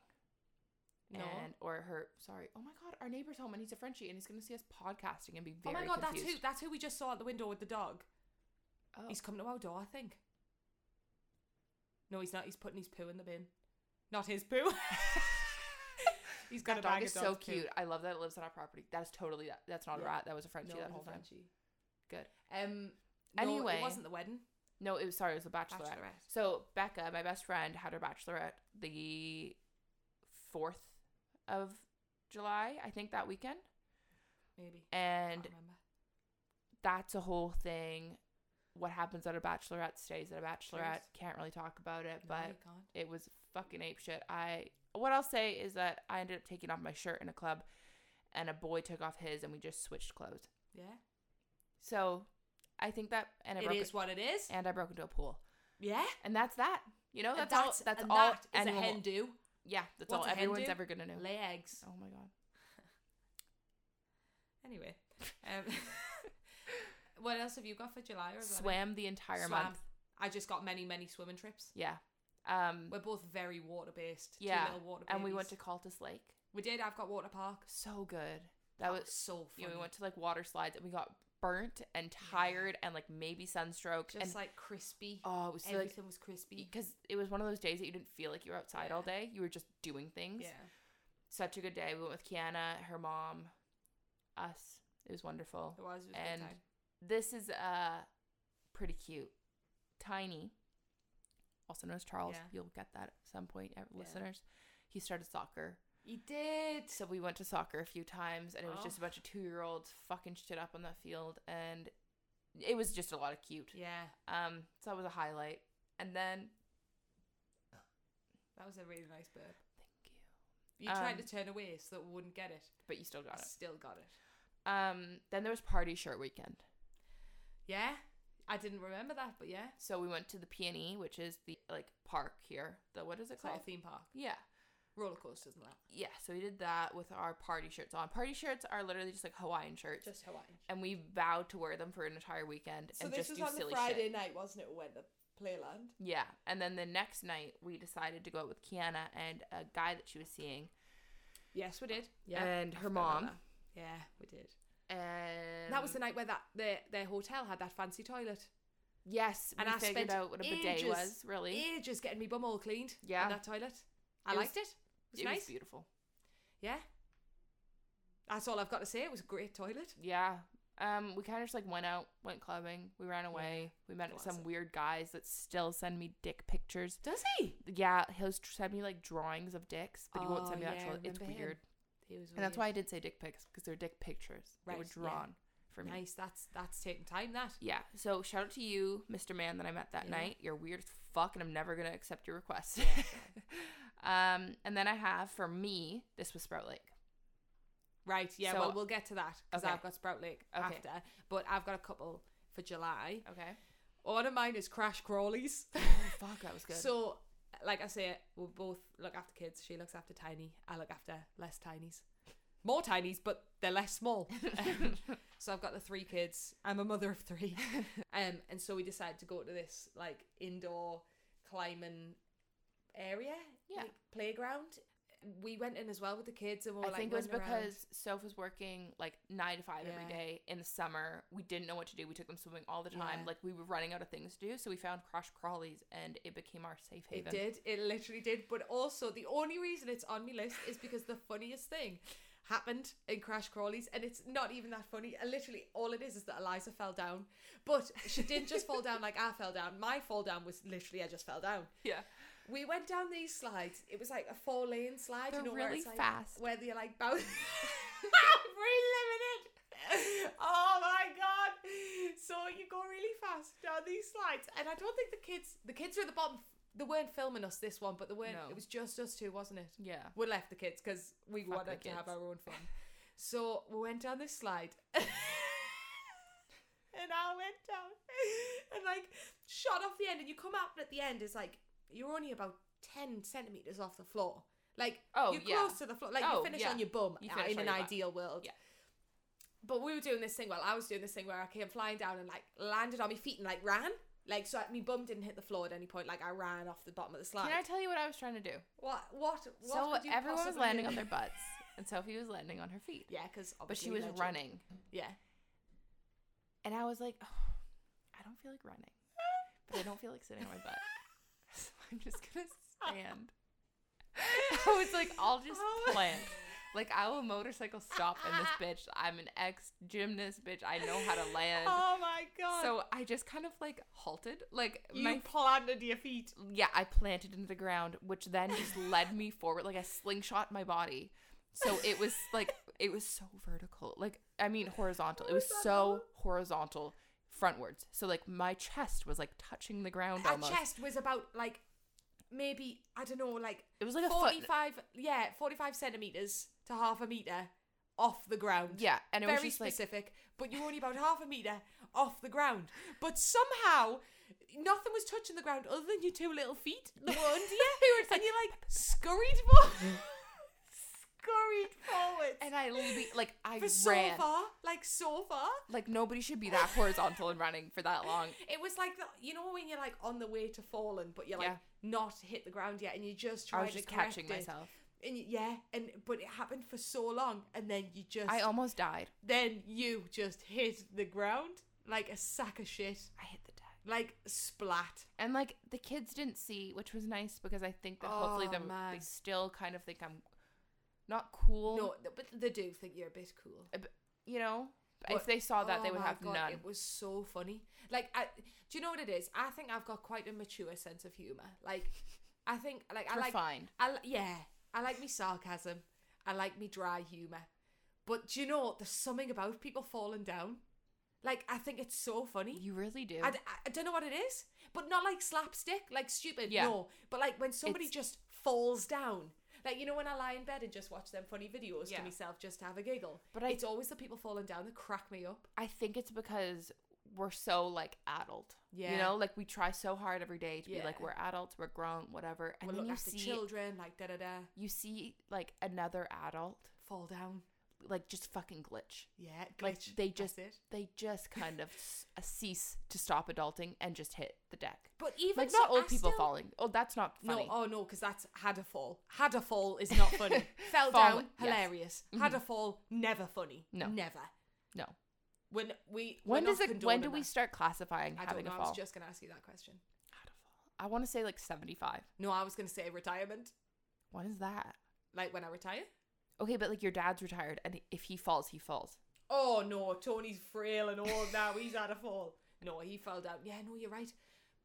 B: No.
A: And or her sorry. Oh my god, our neighbor's home and he's a Frenchie and he's gonna see us podcasting and be
B: Oh
A: very
B: my god, that's who
A: confused.
B: that's who we just saw at the window with the dog.
A: Oh.
B: He's come to our door, I think. No, he's not. He's putting his poo in the bin. Not his poo. he's got
A: that
B: a bag
A: dog
B: of
A: is so
B: dog's poo.
A: cute. I love that it lives on our property. That's totally that that's not
B: Yeah.
A: a rat. That was a Frenchie
B: No,
A: that
B: it was
A: whole
B: a
A: time.
B: Frenchie.
A: Good.
B: Um. no,
A: Anyway.
B: it wasn't the wedding.
A: No, it was sorry, it was the bachelorette.
B: Bachelorette.
A: So Becca, my best friend, had her bachelorette the fourth of July, I think that weekend.
B: Maybe.
A: And
B: Can't remember.
A: that's a whole thing. What happens at a bachelorette stays at a bachelorette.
B: Truth.
A: Can't really talk about it,
B: No,
A: but
B: you can't.
A: it was fucking ape shit. I what I'll say is that I ended up taking off my shirt in a club, and a boy took off his, and we just switched clothes.
B: Yeah.
A: So I think that and I
B: It
A: broke
B: is what it is.
A: and I broke into a pool,
B: Yeah.
A: and that's that. You know,
B: And
A: Oh, that's, all. That's
B: and
A: all.
B: that is
A: anyone-
B: a hen do.
A: yeah, that's
B: What's
A: all
B: a hen
A: everyone's
B: do?
A: ever gonna know.
B: Lay eggs.
A: Oh my god.
B: Anyway. Um, what else have you got for July? Or is that it?
A: Swam the entire
B: Swam.
A: month.
B: I just got many, many swimming trips.
A: Yeah. Um.
B: We're both very water based.
A: Yeah,
B: Two little water
A: And we
B: babies.
A: went to Cultus Lake.
B: We did. I've got water park.
A: So good. That was
B: so
A: Yeah,
B: funny.
A: we went to like water slides and we got burnt and tired and like maybe sunstroke
B: just
A: and
B: like crispy.
A: oh, it was so, like
B: Everything was crispy.
A: because it was one of those days that you didn't feel like you were outside all day. You were just doing things.
B: Yeah.
A: Such a good day. We went with Kiana, her mom, us. It was wonderful.
B: It was. It was a
A: And-
B: good time.
A: This is uh pretty cute. Tiny, also known as Charles.
B: Yeah.
A: You'll get that at some point, eh,
B: Yeah.
A: listeners. He started soccer.
B: He did.
A: So we went to soccer a few times, and it was just a
B: Oh.
A: bunch of two year olds fucking shit up on the field, and it was just a lot of cute.
B: Yeah.
A: Um, so that was a highlight. And then,
B: That was a really nice burp.
A: thank you,
B: You tried
A: Um,
B: to turn away so that we wouldn't get it.
A: but you still got it.
B: Still got it.
A: Um, then there was party shirt weekend.
B: Yeah. I didn't remember that, but yeah.
A: E, So we went to the Peony, which is the like park here. The what is it
B: It's like
A: called?
B: a theme park.
A: Yeah,
B: roller coasters and that.
A: Yeah, so we did that with our party shirts on. Party shirts are literally just like Hawaiian shirts,
C: Just Hawaiian.
A: and we vowed to wear them for an entire weekend
C: So
A: and
C: this
A: just
C: was
A: do
C: on the
A: silly
C: Friday
A: shit.
C: night, wasn't it? We went to Playland.
A: Yeah, and then the next night we decided to go out with Kiana and a guy that she was seeing,
B: Yes, we did.
A: and
B: I
A: her
B: forgot
A: mom, Um,
B: about that. Yeah, we did.
A: and
B: that was the night where that their their hotel had that fancy toilet.
A: yes,
B: and
A: we
B: I
A: figured
B: spent
A: out what a bidet
B: ages
A: was really.
B: Ages getting me bum all cleaned.
A: Yeah.
B: in that toilet. I
A: It was-
B: liked it. It was
A: It
B: nice.
A: was beautiful.
B: yeah. That's all I've got to say. It was a great toilet.
A: Yeah. Um, we kind of just like went out, went clubbing, we ran away, we met some
B: Classic.
A: weird guys that still send me dick pictures.
B: Does he?
A: Yeah, he'll s- send me like drawings of dicks, but he won't send
B: Oh,
A: me
B: yeah, I
A: actual. It's
B: remember him.
A: weird,
B: He was.
A: and that's why
B: weird.
A: I didn't say dick pics because they're dick pictures. they were
B: Right, yeah.
A: drawn for me.
B: Nice. That's that's taking time. That.
A: Yeah. So shout out to you, Mr. Man, that I met that
B: Yeah.
A: night. You're weird as fuck, and I'm never gonna accept your request. um, and then I have for me, this was Sprout Lake.
B: Right. Yeah.
A: So-
B: well, we'll get to that because
A: Okay.
B: I've got Sprout Lake
A: Okay.
B: after, but I've got a couple for July.
A: Okay.
B: One of mine is Crash Crawlies.
A: Oh, fuck, that was good.
B: So, like I say, we both look after kids. She looks after tiny. I look after less tinies. More tinies, but they're less small. so I've got the three kids. I'm a mother of three. Um, and so we decided to go to this like indoor climbing area,
A: Yeah.
B: like playground. We went in as well with the kids, and we were
A: I
B: like,
A: think it was
B: running
A: because
B: around.
A: Soph was working like nine to five every
B: Yeah.
A: day in the summer. We didn't know what to do. We took them swimming all the time.
B: Yeah.
A: Like we were running out of things to do, so we found Crash Crawlies, and it became our safe haven.
B: It did. It literally did. But also, the only reason it's on my list is because the funniest thing happened in Crash Crawlies, and it's not even that funny. And literally, all it is is that Eliza fell down. But she didn't just fall down like I fell down. My fall down was literally I just fell down.
A: Yeah.
B: We went down these slides. It was like a four lane slide.
A: They're
B: you know, where
A: really
B: it's like,
A: fast.
B: Where they're like bounce. Reliving it. Oh my god! So you go really fast down these slides, and I don't think the kids, the kids are at the bottom. They weren't filming us this one, but they weren't.
A: No.
B: It was just us two, wasn't it?
A: Yeah.
B: We left the kids because we
A: Fuck the
B: wanted to have
A: kids.
B: our own fun. So we went down this slide. and I went down and like shot off the end. And you come out at the end is like, you're only about 10 centimeters off the floor. Like,
A: Oh,
B: you're
A: yeah.
B: close to the floor. Like,
A: Oh,
B: you finish
A: yeah.
B: on your bum
A: You
B: uh,
A: finish
B: in
A: on
B: an
A: your butt.
B: ideal world.
A: Yeah.
B: But we were doing this thing, well, I was doing this thing where I came flying down and like landed on my feet and like ran. Like, so my bum didn't hit the floor at any point. Like, I ran off the bottom of the slide.
A: Can I tell you what I was trying to do?
B: What? What? what would
A: so
B: you
A: everyone was
B: possibly
A: landing
B: do?
A: on their butts, and Sophie was landing on her feet.
B: Yeah, because
A: But she was running,
B: Yeah.
A: and I was like, "Oh, I don't feel like running, but I don't feel like sitting on my butt, so I'm just gonna stand. I was like, I'll just
B: Oh.
A: plant. Like I will motorcycle stop in this bitch. I'm an ex gymnast bitch. I know how to land.
B: Oh my god.
A: So I just kind of like halted. Like
B: you
A: my
B: planted your feet.
A: yeah, I planted into the ground, which then just led me forward like I slingshot my body. So it was like it was so vertical. Like I mean
B: Oh
A: horizontal. It was so horizontal frontwards. So like my chest was like touching the ground
B: Her
A: almost.
B: chest was about like maybe I don't know, like
A: It was like a foot-
B: forty-five. Yeah, forty-five centimeters to half a meter off the ground.
A: Yeah, and it
B: Very
A: was just like
B: specific, but you were only about half a meter off the ground. But somehow, nothing was touching the ground other than your two little feet that were under you, and you like scurried forward, scurried forward,
A: and I le- like I
B: for so
A: ran.
B: far, like so far.
A: Like nobody should be that horizontal and running for that long.
B: It was like the, you know when you're like on the way to falling, but you're like
A: Yeah.
B: not hit the ground yet, and you just
A: I
B: trying
A: was
B: to
A: just catching
B: correct it.
A: myself.
B: And you, yeah, and but it happened for so long, and then you just
A: I almost died.
B: then you just hit the ground like a sack of shit,
A: I hit the deck.
B: like splat.
A: And like the kids didn't see, which was nice because I think that hopefully
B: Oh,
A: them they
B: man.
A: still kind of think I'm not cool.
B: No, th- but they do think you're a bit cool.
A: you know, if
B: But-
A: they saw that, they
B: Oh
A: would
B: my
A: have
B: God,
A: none.
B: It was so funny. Like, I, do you know what it is? I think I've got quite a mature sense of humor. Like, I think like I like
A: Refined.
B: I li- yeah, I like me sarcasm. I like me dry humor. But do you know what? there's something about people falling down? Like I think it's so funny.
A: you really do.
B: I, d- I- I don't know what it is, but not like slapstick, like stupid.
A: Yeah.
B: No, but like when somebody
A: It's-
B: just falls down. Like you know when I lie in bed and just watch them funny videos
A: Yeah.
B: to myself just to have a giggle.
A: But
B: But
A: I-
B: it's always the people falling down that crack me up.
A: I think it's because we're so like adult.
B: Yeah.
A: You know, like we try so hard every day to be like
B: Yeah.
A: we're adults, we're grown, whatever. And
B: We'll
A: then
B: look
A: you
B: after
A: see
B: children, like da da da.
A: you see like another adult
B: Fall down.
A: like just fucking glitch.
B: Yeah, glitch.
A: Like, they just-
B: That's it.
A: They just kind of s- uh, cease to stop adulting and just hit the deck.
B: But even
A: Like
B: so,
A: not old
B: I
A: people
B: still-
A: falling. Oh, that's not funny.
B: No, oh no, because that's had a fall. Had a fall is not funny. Fell
A: Fall,
B: down,
A: yes. Mm-hmm.
B: hilarious. Had a fall, never funny.
A: No.
B: never.
A: No.
B: When we
A: when
B: we're
A: does
B: not
A: it? When do
B: condoning
A: we
B: that.
A: start classifying
B: I don't
A: having
B: know.
A: a
B: I
A: fall?
B: was just gonna ask you that question.
A: I want to say like seventy-five.
B: No, I was gonna say retirement,
A: What is that?
B: like when I retire.
A: Okay, but like your dad's retired, and if he falls, he falls.
B: Oh no, Tony's frail and old now. He's had a fall. No, he fell down. Yeah, no, you're right.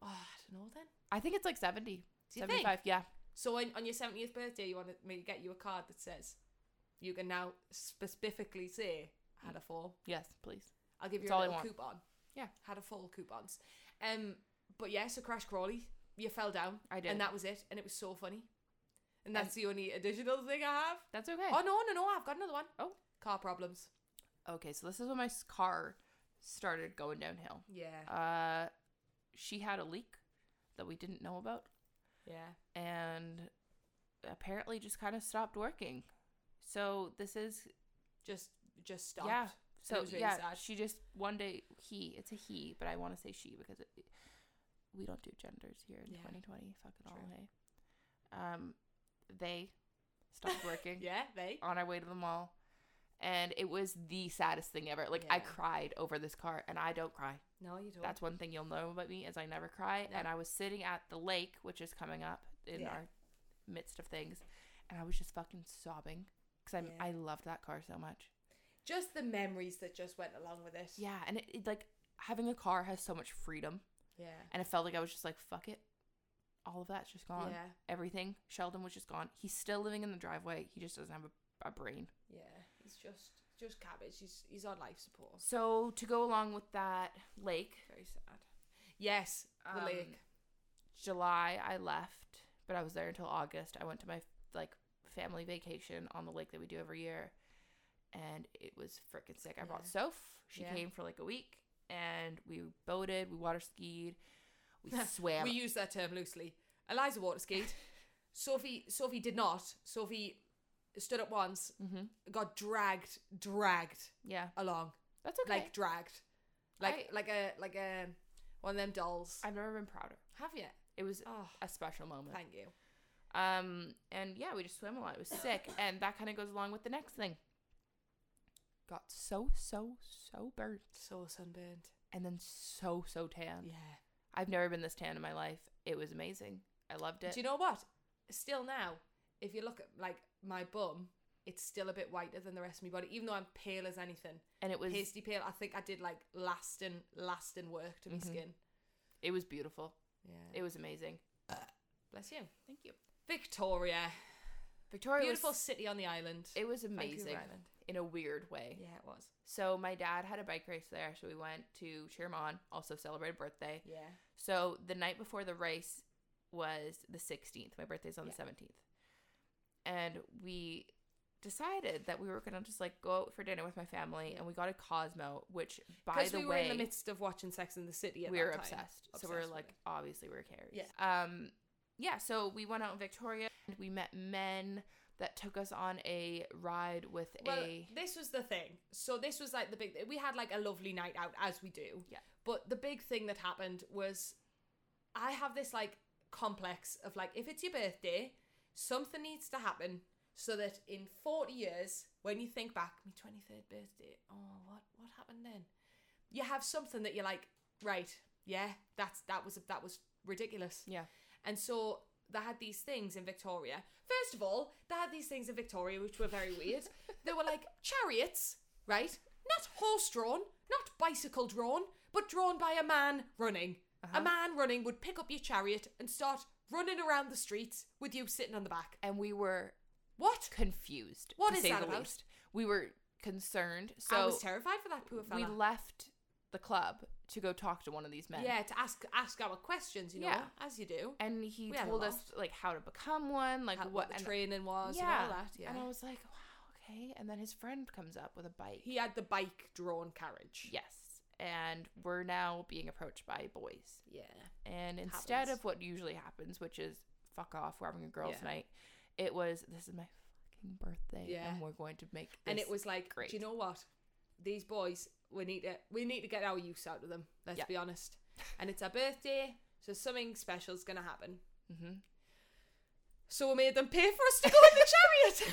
B: Oh, I don't know then.
A: I think it's like 70.
B: Do you think?
A: 75, yeah.
B: So on, on your seventieth birthday, you want me to get you a card that says you can now specifically say had a fall.
A: Yes, please.
B: I'll give you
A: That's
B: a
A: all I
B: little
A: want.
B: coupon.
A: Yeah.
B: had a full coupons. Um, but yeah, so Crash Crawley, you fell down.
A: I did.
B: and that was it, and it was so funny. And that's the only additional thing I have.
A: That's okay.
B: Oh no, no, no! I've got another one.
A: Oh.
B: car problems.
A: Okay, so this is when my s- car started going downhill.
B: Yeah,
A: Uh, she had a leak that we didn't know about
B: yeah.
A: and apparently just kind of stopped working. So this is,
B: Just, just stopped.
A: yeah.
B: So
A: So
B: it was really
A: yeah,
B: sad.
A: she just one day he it's a he, but I want to say she because it, we don't do genders here in
B: Yeah.
A: 2020. Fuck it all,
B: True.
A: hey. Um, they stopped working.
B: Yeah, they.
A: on our way to the mall and it was the saddest thing ever like i
B: Yeah.
A: cried over this car and i don't cry
B: No, you don't.
A: that's one thing you'll know about me is i never cry
B: No.
A: and i was sitting at the lake which is coming up in
B: Yeah.
A: our midst of things and i was just fucking sobbing because
C: Yeah.
A: i loved that car so much
C: Just the memories that just went along with it.
A: yeah and it, it like having a car has so much freedom
B: yeah,
A: and it felt like i was just like fuck it all of that's just gone
B: yeah,
A: everything sheldon was just gone he's still living in the driveway he just doesn't have a, a brain
B: yeah. He's just, just cabbage. He's, he's on life support.
A: so to go along with that lake
B: Very sad. Yes, the
A: Um,
B: lake.
A: July I left, but I was there until August. I went to my like family vacation on the lake that we do every year, and it was freaking sick. I brought Soph. She
B: Yeah.
A: came for like a week, and we boated, we water skied, we swam.
B: We use that term loosely. Eliza water skied. Sophie Sophie did not. Sophie stood up once,
A: hmm
B: got dragged, dragged
A: Yeah,
B: along,
A: that's okay.
B: like dragged, like
A: I-
B: like a like a one of them dolls.
A: I've never been prouder.
B: Have you?
A: It was
B: Oh,
A: a special moment.
B: thank you.
A: Um, and yeah, we just swam a lot. It was sick, and that kind of goes along with the next thing. Got so so so burnt,
B: So sunburned.
A: and then so so tan.
B: Yeah.
A: I've never been this tan in my life. It was amazing. I loved it.
B: Do you know what? Still now, if you look at like my bum, it's still a bit whiter than the rest of my body, even though I'm pale as anything.
A: and it was
B: Pasty pale. I think I did like lasting lasting work to my
A: Mhm.
B: skin.
A: it was beautiful.
B: Yeah.
A: It was amazing.
B: Bless you.
A: Thank you.
B: Victoria.
A: Victoria
B: Beautiful
A: was
B: city on the island.
A: it was
B: Vancouver
A: amazing
B: Island.
A: in a weird way.
B: Yeah, it was.
A: So my dad had a bike race there, so we went to cheer him on, also celebrated birthday.
B: Yeah.
A: So the night before the race was the 16th. My birthday's on
B: Yeah.
A: the 17th. And we decided that we were going to just like go out for dinner with my family and we got a Cosmo, which by
B: Because
A: the
B: we were
A: way
B: in the midst of watching Sex in the City at
A: we
B: that
A: were
B: time.
A: obsessed. So we were
B: Obsessed with
A: like,
B: it.
A: obviously we're carriers. Yeah. Um, yeah. So we went out in Victoria and we met men that took us on a ride with
B: Well,
A: a
B: this was the thing. So this was like the big. We had like a lovely night out as we do.
A: Yeah.
B: But the big thing that happened was, I have this like complex of like if it's your birthday, something needs to happen so that in forty years, when you think back, my twenty third birthday. Oh, what what happened then? You have something that you're like, right? Yeah, that's that was that was ridiculous.
A: yeah.
B: And so they had these things in Victoria. First of all, they had these things in Victoria which were very weird. they were like chariots, right? Not horse drawn, not bicycle drawn, but drawn by a man running.
A: Uh-huh.
B: A man running would pick up your chariot and start running around the streets with you sitting on the back.
A: And we were
B: What?
A: confused.
B: What
A: to
B: is
A: say
B: that
A: the
B: about?
A: least. We were concerned.
B: I
A: So
B: was terrified for that poor
A: we
B: fella.
A: left the club to go talk to one of these men.
B: yeah, to ask ask our questions, you know,
A: Yeah.
B: as you do.
A: And he
B: We had a
A: told us
B: laugh.
A: like how to become one, like
B: How-
A: what
B: what the
A: and-
B: training was
A: yeah.
B: and all that. Yeah.
A: And I was like, wow, okay. And then his friend comes up with a bike.
B: he had the bike drawn carriage.
A: Yes. and we're now being approached by boys.
B: Yeah.
A: And instead
B: Happens.
A: of what usually happens, which is fuck off, we're having a girls'
B: Yeah.
A: night, it was this is my fucking birthday,
B: Yeah.
A: and we're going to make this.
B: and it was like,
A: great.
B: do you know what? These boys, we need to we need to get our use out of them. Let's
A: Yeah.
B: be honest. And it's our birthday, so something special's gonna happen.
A: hmm
B: So we made them pay for us to go in the chariot.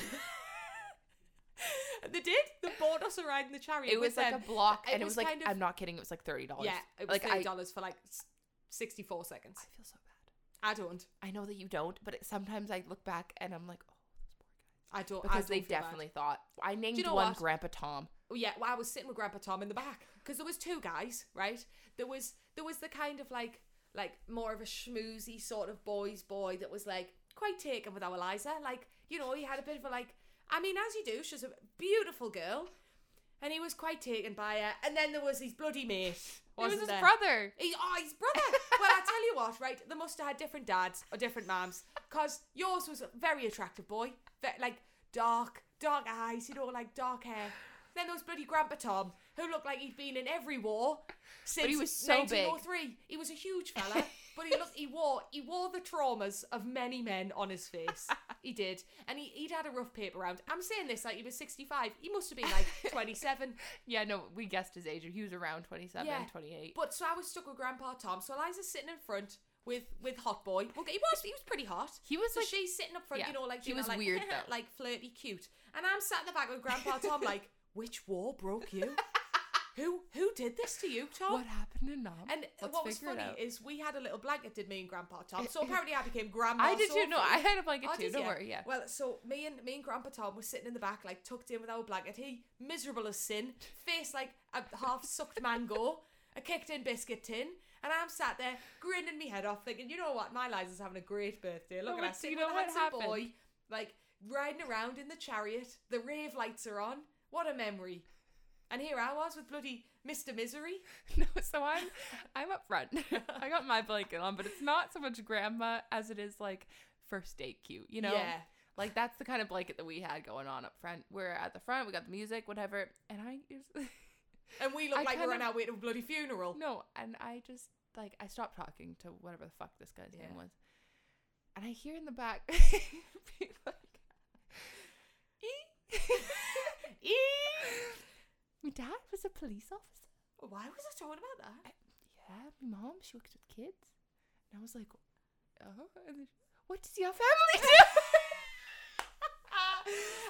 B: And they did. They bought us a ride in the chariot.
A: It was
B: with
A: like
B: them.
A: a block,
B: It
A: and it
B: was
A: was, like
B: kind of-
A: I'm not kidding, it was like thirty dollars.
B: yeah, it was
A: like
B: thirty
A: I, I
B: dollars for like s- sixty-four seconds.
A: feel so bad.
B: I don't.
A: I know that you don't, but it, sometimes I look back and I'm like, oh,
B: I don't. I
A: because
B: don't
A: they
B: feel bad.
A: definitely thought I named
B: know
A: one
B: what?
A: Grandpa Tom.
B: Oh, yeah, well, I was sitting with Grandpa Tom in the back because there was two guys, right? There was there was the kind of like like more of a schmoozy sort of boys boy that was like quite taken with our Eliza. Like you know, he had a bit of a like. I mean, as you do, she's a beautiful girl, and he was quite taken by her. And then there was his bloody mate. Wasn't
A: it was
B: there?
A: his brother.
B: He, oh, his brother. well, I tell you what, right? They must have had different dads or different mums, because yours was a very attractive boy, ve- like dark, dark eyes, you know, like dark hair. Then there was bloody Grandpa Tom, who looked like he'd been in every war since
A: he was so big.
B: 1903. He was a huge fella, but he looked. He wore he wore the traumas of many men on his face. He did, and he, he'd had a rough paper round. I'm saying this like he was 65. He must have been like 27.
A: Yeah, no, we guessed his age. He was around 27,
B: Yeah.
A: 28.
B: But so I was stuck with Grandpa Tom. So Eliza's sitting in front with with hot boy. Well, he was he was pretty hot.
A: He was
B: So
A: like,
B: she's sitting up front,
A: yeah.
B: you know, like
A: He
B: being
A: was
B: like,
A: weird, though.
B: like flirty, cute. And I'm sat in the back with Grandpa Tom, like, which war broke you? who who did this to you, Tom?
A: what happened to Nom?
B: And
A: Let's
B: what was
A: figure it
B: funny
A: out.
B: is we had a little blanket, did me and Grandpa Tom. So apparently I became Grandma.
A: I did too. No,
B: Sophie.
A: I had a blanket
B: Oh,
A: too.
B: did
A: Don't
B: ya?
A: worry. Yeah.
B: Well, so me and me and Grandpa Tom were sitting in the back, like tucked in with our blanket. He miserable as sin, face like a half sucked mango, a kicked in biscuit tin, and I'm sat there grinning me head off, thinking, you know what, my Liza's having a great birthday. Look
A: Oh,
B: at
A: but
B: us,
A: do you
B: sitting with
A: know
B: a
A: what
B: handsome
A: happened?
B: boy, like riding around in the chariot. The rave lights are on. What a memory! And here I was with bloody Mister Misery.
A: No, so I'm I'm up front. I got my blanket on, but it's not so much grandma as it is like first date cute, you know?
B: yeah,
A: Like that's the kind of blanket that we had going on up front. We're at the front, we got the music, whatever. And I just
B: and we look
A: I
B: like we're
A: kind of-
B: on our way to a bloody funeral.
A: No, and I just like I stopped talking to whatever the fuck this guy's
B: Yeah.
A: name was. And I hear in the back being like
B: Eee!
A: My dad was a police officer.
B: Why was I talking about that?
A: yeah, my mom, she works with kids. And I was like, oh, and then she- what does your family do?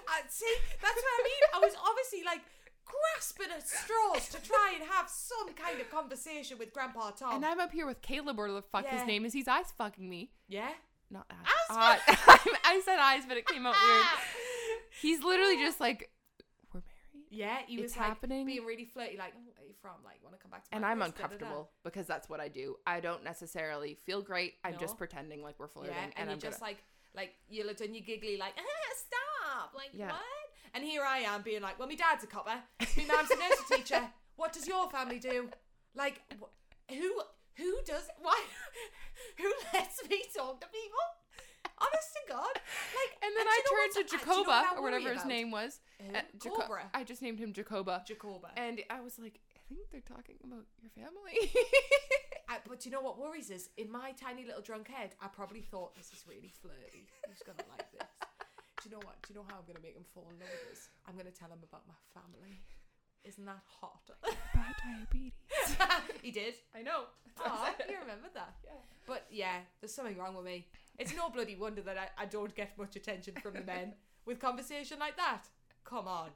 B: Uh, see, that's what I mean. I was obviously like grasping at straws to try and have some kind of conversation with Grandpa Tom.
A: and I'm up here with Caleb or the fuck
B: Yeah.
A: his name is. He's eyes fucking me.
B: yeah.
A: Not eyes.
B: Eyes
A: I said eyes, but it came out weird. He's literally just like, we're married.
B: Yeah, he was
A: It's
B: like
A: happening.
B: being really flirty, like, "Oh, where are you from? Like, want to come back to my
A: And I'm
B: place?" Da, da, da.
A: uncomfortable because that's what I do. I don't necessarily feel great. I'm just
B: No.
A: pretending like we're flirting.
B: Yeah,
A: and,
B: and, you're
A: I'm
B: just
A: just
B: like, like, you're done your giggly, like, ah, stop. Like,
A: Yeah.
B: what? And here I am being like, well, my dad's a copper, my mum's a nursery teacher. What does your family do? Like, wh- who who does, why, who lets me talk to people? Honest to God. Like,
A: And then
B: do you know
A: I
B: what's-
A: turned to
B: uh, do you know what
A: Jacoba
B: I
A: or
B: worry
A: whatever his
B: about?
A: name was.
B: Who?
A: Uh, Jaco-
B: Cobra.
A: I just named him Jacoba.
B: Jacoba.
A: And I was like, I think they're talking about your family.
B: I, but you know what worries us? In my tiny little drunk head, I probably thought this is really flirty. He's gonna like this. Do you know what? Do you know how I'm gonna make him fall in love with us? I'm gonna tell him about my family. Isn't that hot?
A: Bad diabetes.
B: he did.
A: I know.
B: Oh, you remembered that?
A: Yeah.
B: But yeah, there's something wrong with me. It's no bloody wonder that I, I don't get much attention from the men with conversation like that. Come on.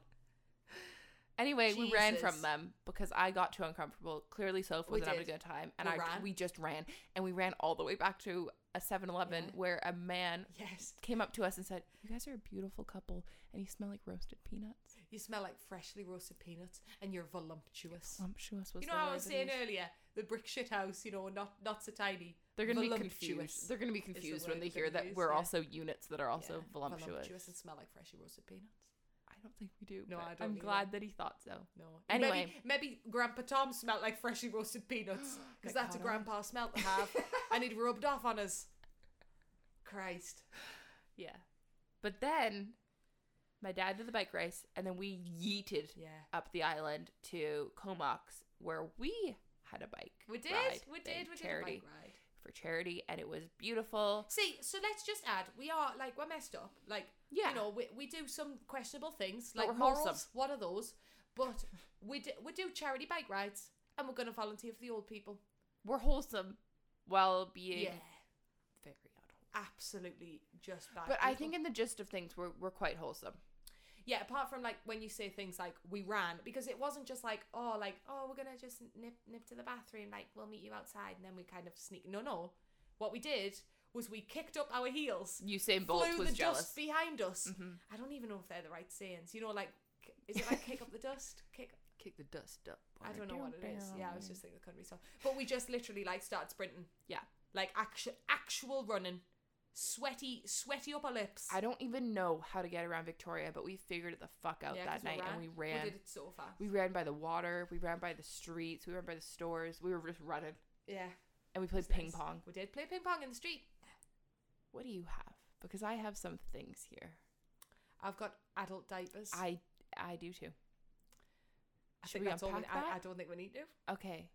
A: Anyway, we ran
B: Jesus.
A: from them because I got too uncomfortable. Clearly, Soph
B: We
A: wasn't having a
B: did.
A: good time, and
B: We
A: I
B: ran.
A: we just ran, and we ran all the way back to a 7-Eleven
B: Yeah.
A: where a man
B: Yes.
A: came up to us and said, "You guys are a beautiful couple, and you smell like roasted peanuts."
B: You smell like freshly roasted peanuts and you're voluptuous.
A: Sumptuous Um, was
B: You
A: the
B: know how I
A: word
B: was
A: that
B: saying
A: he used.
B: earlier, the brick shit house, you know, not not so tiny.
A: They're gonna be
B: voluptuous
A: confused. They're gonna be
B: the
A: confused
B: word
A: when they
B: they're
A: hear
B: gonna
A: that
B: use,
A: we're
B: yeah.
A: also units that are also
B: Yeah,
A: voluptuous.
B: and smell like freshly roasted peanuts.
A: I don't think we do.
B: No,
A: but
B: I
A: I'm
B: don't either.
A: glad that he thought so.
B: No.
A: Anyway.
B: maybe, maybe Grandpa Tom smelled like freshly roasted peanuts because
A: Got
B: that's
A: caught
B: a
A: on.
B: grandpa smell to have, and it rubbed off on us. Christ.
A: Yeah. But then my dad did the bike race and then we yeeted
B: Yeah.
A: up the island to Comox where we had a bike.
B: We did.
A: ride
B: we
A: thing,
B: did. We
A: charity
B: did a bike ride.
A: for charity, and it was beautiful.
B: See, so let's just add, we are like we're messed up. Like
A: Yeah.
B: you know, we, we do some questionable things
A: But
B: like
A: we're
B: morals.
A: wholesome.
B: What are those? But we do, we do charity bike rides, and we're gonna volunteer for the old people.
A: We're wholesome while being very unwholesome.
B: absolutely, just bad.
A: But I
B: people.
A: think in the gist of things, we're we're quite wholesome.
B: yeah, apart from like when you say things like we ran, because it wasn't just like oh like oh we're gonna just nip nip to the bathroom, like we'll meet you outside, and then we kind of sneak. No, no, what we did was we kicked up our heels.
A: Usain Bolt
B: flew
A: was
B: the
A: jealous. Mm-hmm.
B: dust behind us. I don't even know if they're the right sayings. You know, like k- is it like kick up the dust? Kick.
A: Kick the dust up.
B: I don't know what it is. Yeah, I was just thinking the country song. But we just literally like started sprinting.
A: Yeah.
B: Like actual actual running, sweaty sweaty upper lips.
A: I don't even know how to get around Victoria, but we figured it the fuck out
B: Yeah, 'cause
A: that night, and we ran.
B: We did it so fast.
A: We ran by the water. We ran by the streets. We ran by the stores. We were just running,
B: yeah.
A: and we played
B: It's
A: ping
B: nice.
A: pong.
B: We did play ping pong in the street.
A: What do you have? Because I have some things here.
B: I've got adult diapers.
A: I I do too.
B: I
A: should
B: think
A: we
B: that's all. we-
A: unpack
B: I,
A: that?
B: I don't think we need to.
A: Okay.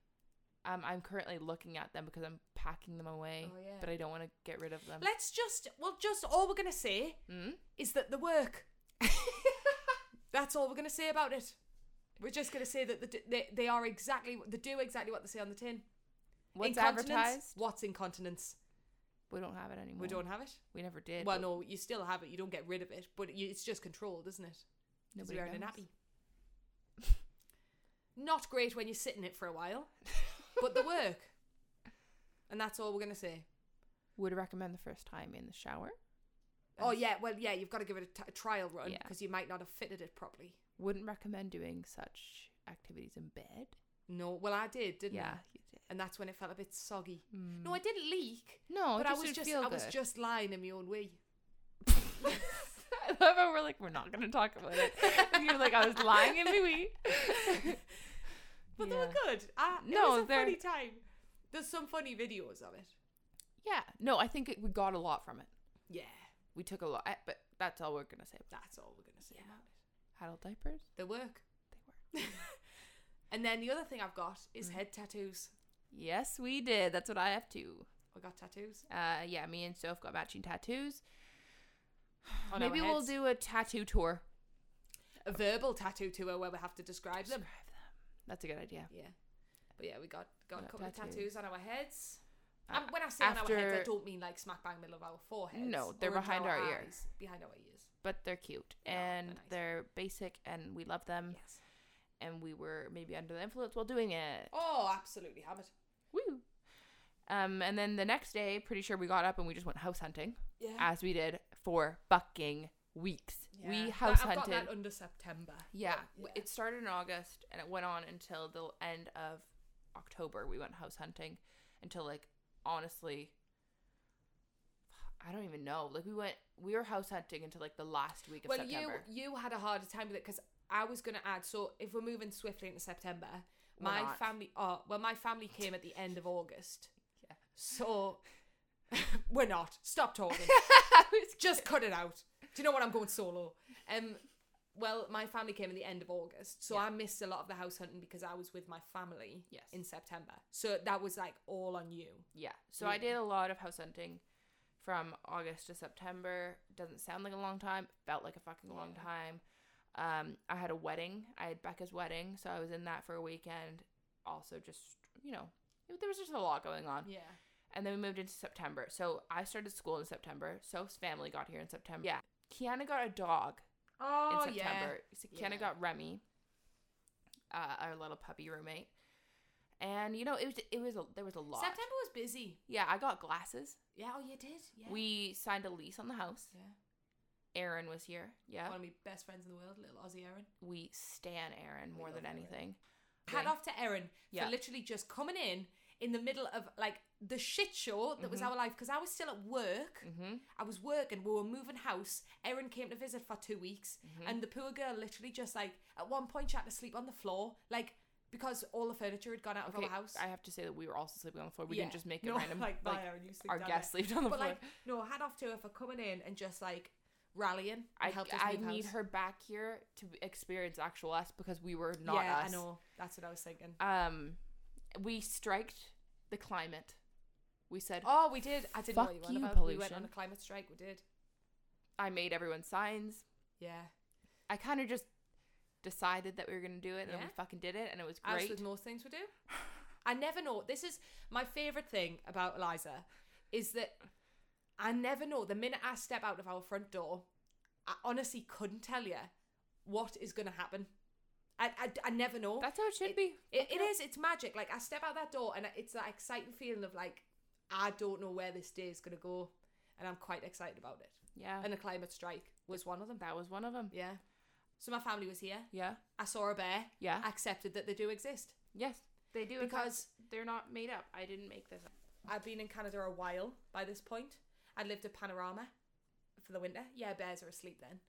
A: Um, I'm currently looking at them because I'm packing them away,
B: Oh, yeah.
A: but I don't want to get rid of them.
B: Let's just well, just all we're gonna say
A: Hmm?
B: is that the work. That's all we're gonna say about it. We're just gonna say that the, they they are exactly they do exactly what they say on the tin.
A: What's
B: Incontinence?
A: advertised?
B: What's incontinence?
A: We don't have it anymore.
B: We don't have it.
A: We never did.
B: well,
A: but
B: no, you still have it. You don't get rid of it, but you, it's just controlled, isn't it? Because
A: nobody
B: we're in a
A: knows.
B: nappy. Not great when you sit in it for a while, but the work. And that's all we're gonna say.
A: Would recommend the first time in the shower.
B: Oh yeah, well yeah, you've got to give it a, t- a trial run
A: Yeah.
B: because you might not have fitted it properly.
A: Wouldn't recommend doing such activities in bed.
B: No, well I did, didn't
A: yeah,
B: I?
A: you did. Hmm.
B: And that's when it felt a bit soggy. No, I didn't leak,
A: No, it
B: but I
A: just
B: was
A: didn't
B: Mm. Oh, just
A: feel
B: I was
A: good.
B: just lying in my own way.
A: I love how we're like, we're not gonna talk about it. And You're like, I was lying in my wee.
B: But they were
A: Yeah.
B: good. I,
A: No,
B: it was a
A: they're-
B: funny time. There's some funny videos of it.
A: Yeah. No, I think it, we got a lot from it.
B: Yeah,
A: We took a lot, I- but that's all we're gonna say.
B: that's all we're gonna say about it.
A: Adult diapers.
B: The work.
A: They were.
B: And then the other thing I've got is
A: Mm.
B: head tattoos.
A: Yes, we did. That's what I have too.
B: We got tattoos.
A: Uh, yeah, me and Soph got matching tattoos.
B: on our
A: Maybe we'll
B: heads.
A: do a tattoo tour.
B: a verbal tattoo tour where we have to describe them.
A: That's a good idea.
B: Yeah. But yeah, we got got a
A: Got
B: couple of
A: tattoos.
B: tattoos on our heads.
A: Uh,
B: and when I say on our heads, I
A: after-
B: don't mean like smack bang middle of our foreheads.
A: No,
B: or
A: they're
B: under
A: behind our ears.
B: eyes, Behind our ears.
A: But Oh, they're cute
B: They are, they're
A: and
B: nice.
A: they're basic, and we love them.
B: Yes.
A: And we were maybe under the influence while doing it.
B: Oh, absolutely hammered.
A: Woo. Um, and then the next day, pretty sure we got up and we just went house hunting,
B: Yeah.
A: as we did for fucking weeks. We
B: But
A: house
B: I've
A: hunted.
B: got that under September.
A: Yeah,
B: Yeah.
A: w- it started in August and it went on until the end of October. We went house hunting until like honestly I don't even know. Like we went we were house hunting until like the last week of
B: Well,
A: September.
B: you you had a harder time with it because I was going to add. So if we're moving swiftly into September,
A: We're
B: my
A: not.
B: family. Oh, well, my family came at the end of August.
A: Yeah.
B: So we're not. Stop talking.
A: I was-
B: just cut it out. Do you know what? I'm going solo. Um, well, my family came in the end of August, so I missed a lot of the house hunting because I was with my family
A: Yes.
B: in September. So that was like all on you.
A: yeah. So I did a lot of house hunting from August to September. Doesn't sound like a long time. Felt like a fucking long
B: Yeah.
A: time. Um I had a wedding. I had Becca's wedding, so I was in that for a weekend. Also just, you know, there was just a lot going on.
B: Yeah.
A: and then we moved into September. So I started school in September. Soph's family got here in September. Yeah. Kiana got a dog in
B: Oh
A: September. So Kiana
B: Yeah.
A: got Remy, uh, our little puppy roommate. And you know, it was it was a, there was a lot.
B: September was busy.
A: Yeah, I got glasses.
B: Yeah. Oh, you did. Yeah.
A: We signed a lease on the house.
B: Yeah.
A: Aaron was here. Yeah.
B: One of my best friends in the world, little Aussie Erin.
A: We stan Aaron more
B: love
A: than
B: Erin.
A: anything.
B: Hat
A: Yeah.
B: off to Erin
A: Yeah.
B: for literally just coming in in the middle of like the shit show that
A: Mm-hmm.
B: was our life because I was still at work.
A: Mhm.
B: I was working, we were moving house. Erin came to visit for two weeks,
A: Mm-hmm.
B: and the poor girl literally just like at one point she had to sleep on the floor, like because all the furniture had gone out of
A: Okay,
B: our house.
A: I have to say that we were also sleeping on the floor. We
B: Yeah.
A: didn't just make it
B: No,
A: random. Like,
B: bye, Erin, you sleep
A: our
B: down
A: guests
B: there.
A: slept on the
B: But
A: floor.
B: like, no, hat off to her for coming in and just like rallying.
A: I,
B: helped us
A: I
B: move
A: need
B: house.
A: her back here to experience actual us because we were not
B: yeah,
A: us.
B: I know. That's what I was thinking.
A: Um, we striked the climate. We said
B: Oh, we did. I didn't know
A: Fuck
B: what you
A: you,
B: went about. We went on
A: pollution.
B: a climate strike. We did.
A: I made everyone signs.
B: Yeah.
A: I kind of just decided that we were gonna do it, and then we
B: Yeah.
A: fucking did it, and it was
B: As
A: great.
B: with most things we do. I never know. This is my favorite thing about Eliza, is that I never know. The minute I step out of our front door, I honestly couldn't tell you what is going to happen. I, I, I never know.
A: That's how it should be.
B: It, it is. It's magic. Like I step out that door, and it's that exciting feeling of like I don't know where this day is going to go, and I'm quite excited about it.
A: Yeah,
B: And a climate strike was one of them.
A: that was one of them.
B: Yeah. So my family was here.
A: Yeah,
B: I saw a bear.
A: yeah,
B: I accepted that they do exist.
A: yes, they do in fact.
B: Because-
A: they're not made up. I didn't make this up.
B: I'd been in Canada a while by this point. I'd lived at Panorama for the winter. Yeah, bears are asleep then.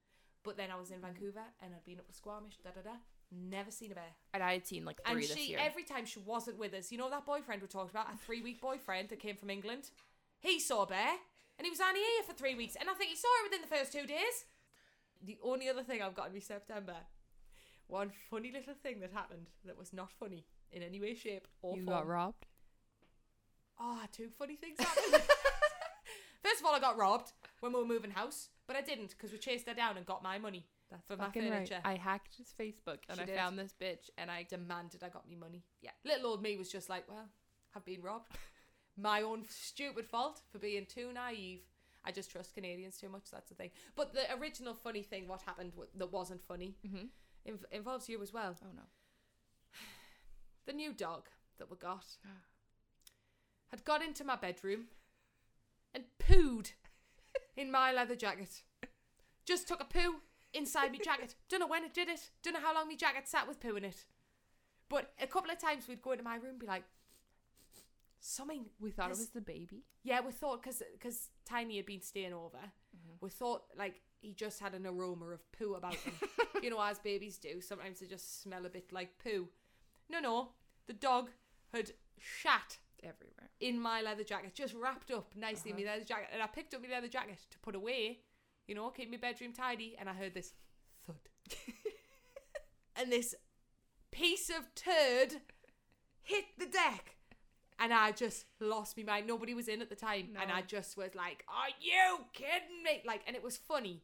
B: But then I was in
A: Hmm.
B: Vancouver and I'd been up to Squamish, da da da. Never seen a bear.
A: And I had seen like three
B: And
A: this
B: she,
A: year.
B: every time she wasn't with us, you know that boyfriend we talked about, a three week boyfriend that came from England? He saw a bear and he was only here for three weeks. And I think he saw it within the first two days. The only other thing I've got in me September, one funny little thing that happened that was not funny in any way, shape, or form.
A: robbed.
B: Oh, two funny things happened. First of all, I got robbed when we were moving house, but I didn't because we chased her down and got my money
A: That's
B: for my furniture.
A: I hacked his Facebook and
B: She
A: I
B: did.
A: found this bitch and I
B: Demanded I got me money. Yeah, little old me was just like, well, I've been robbed. my own stupid fault for being too naive. I just trust Canadians too much. That's the thing. But the original funny thing, what happened w- that wasn't funny,
A: Mhm.
B: inv- involves you as well.
A: oh no.
B: the new dog that we got had got into my bedroom and pooed in my leather jacket. Just took a poo inside my jacket. Don't know when it did it. Don't know how long my jacket sat with poo in it. But a couple of times we'd go into my room and be like, something.
A: We thought
B: This-
A: it was the baby.
B: Yeah, we thought, because Tiny had been staying over, we thought like he just had an aroma of poo about him. you know, as babies do. Sometimes they just smell a bit like poo. No, no. The dog had shat
A: Everywhere.
B: in my leather jacket, just wrapped up nicely
A: Uh-huh.
B: in my leather jacket. And I picked up my leather jacket to put away, you know, keep my bedroom tidy. And I heard this thud. and this piece of turd hit the deck. And I just lost me mind. Nobody was in at the time. And
A: No.
B: I just was like, are you kidding me? Like, and it was funny.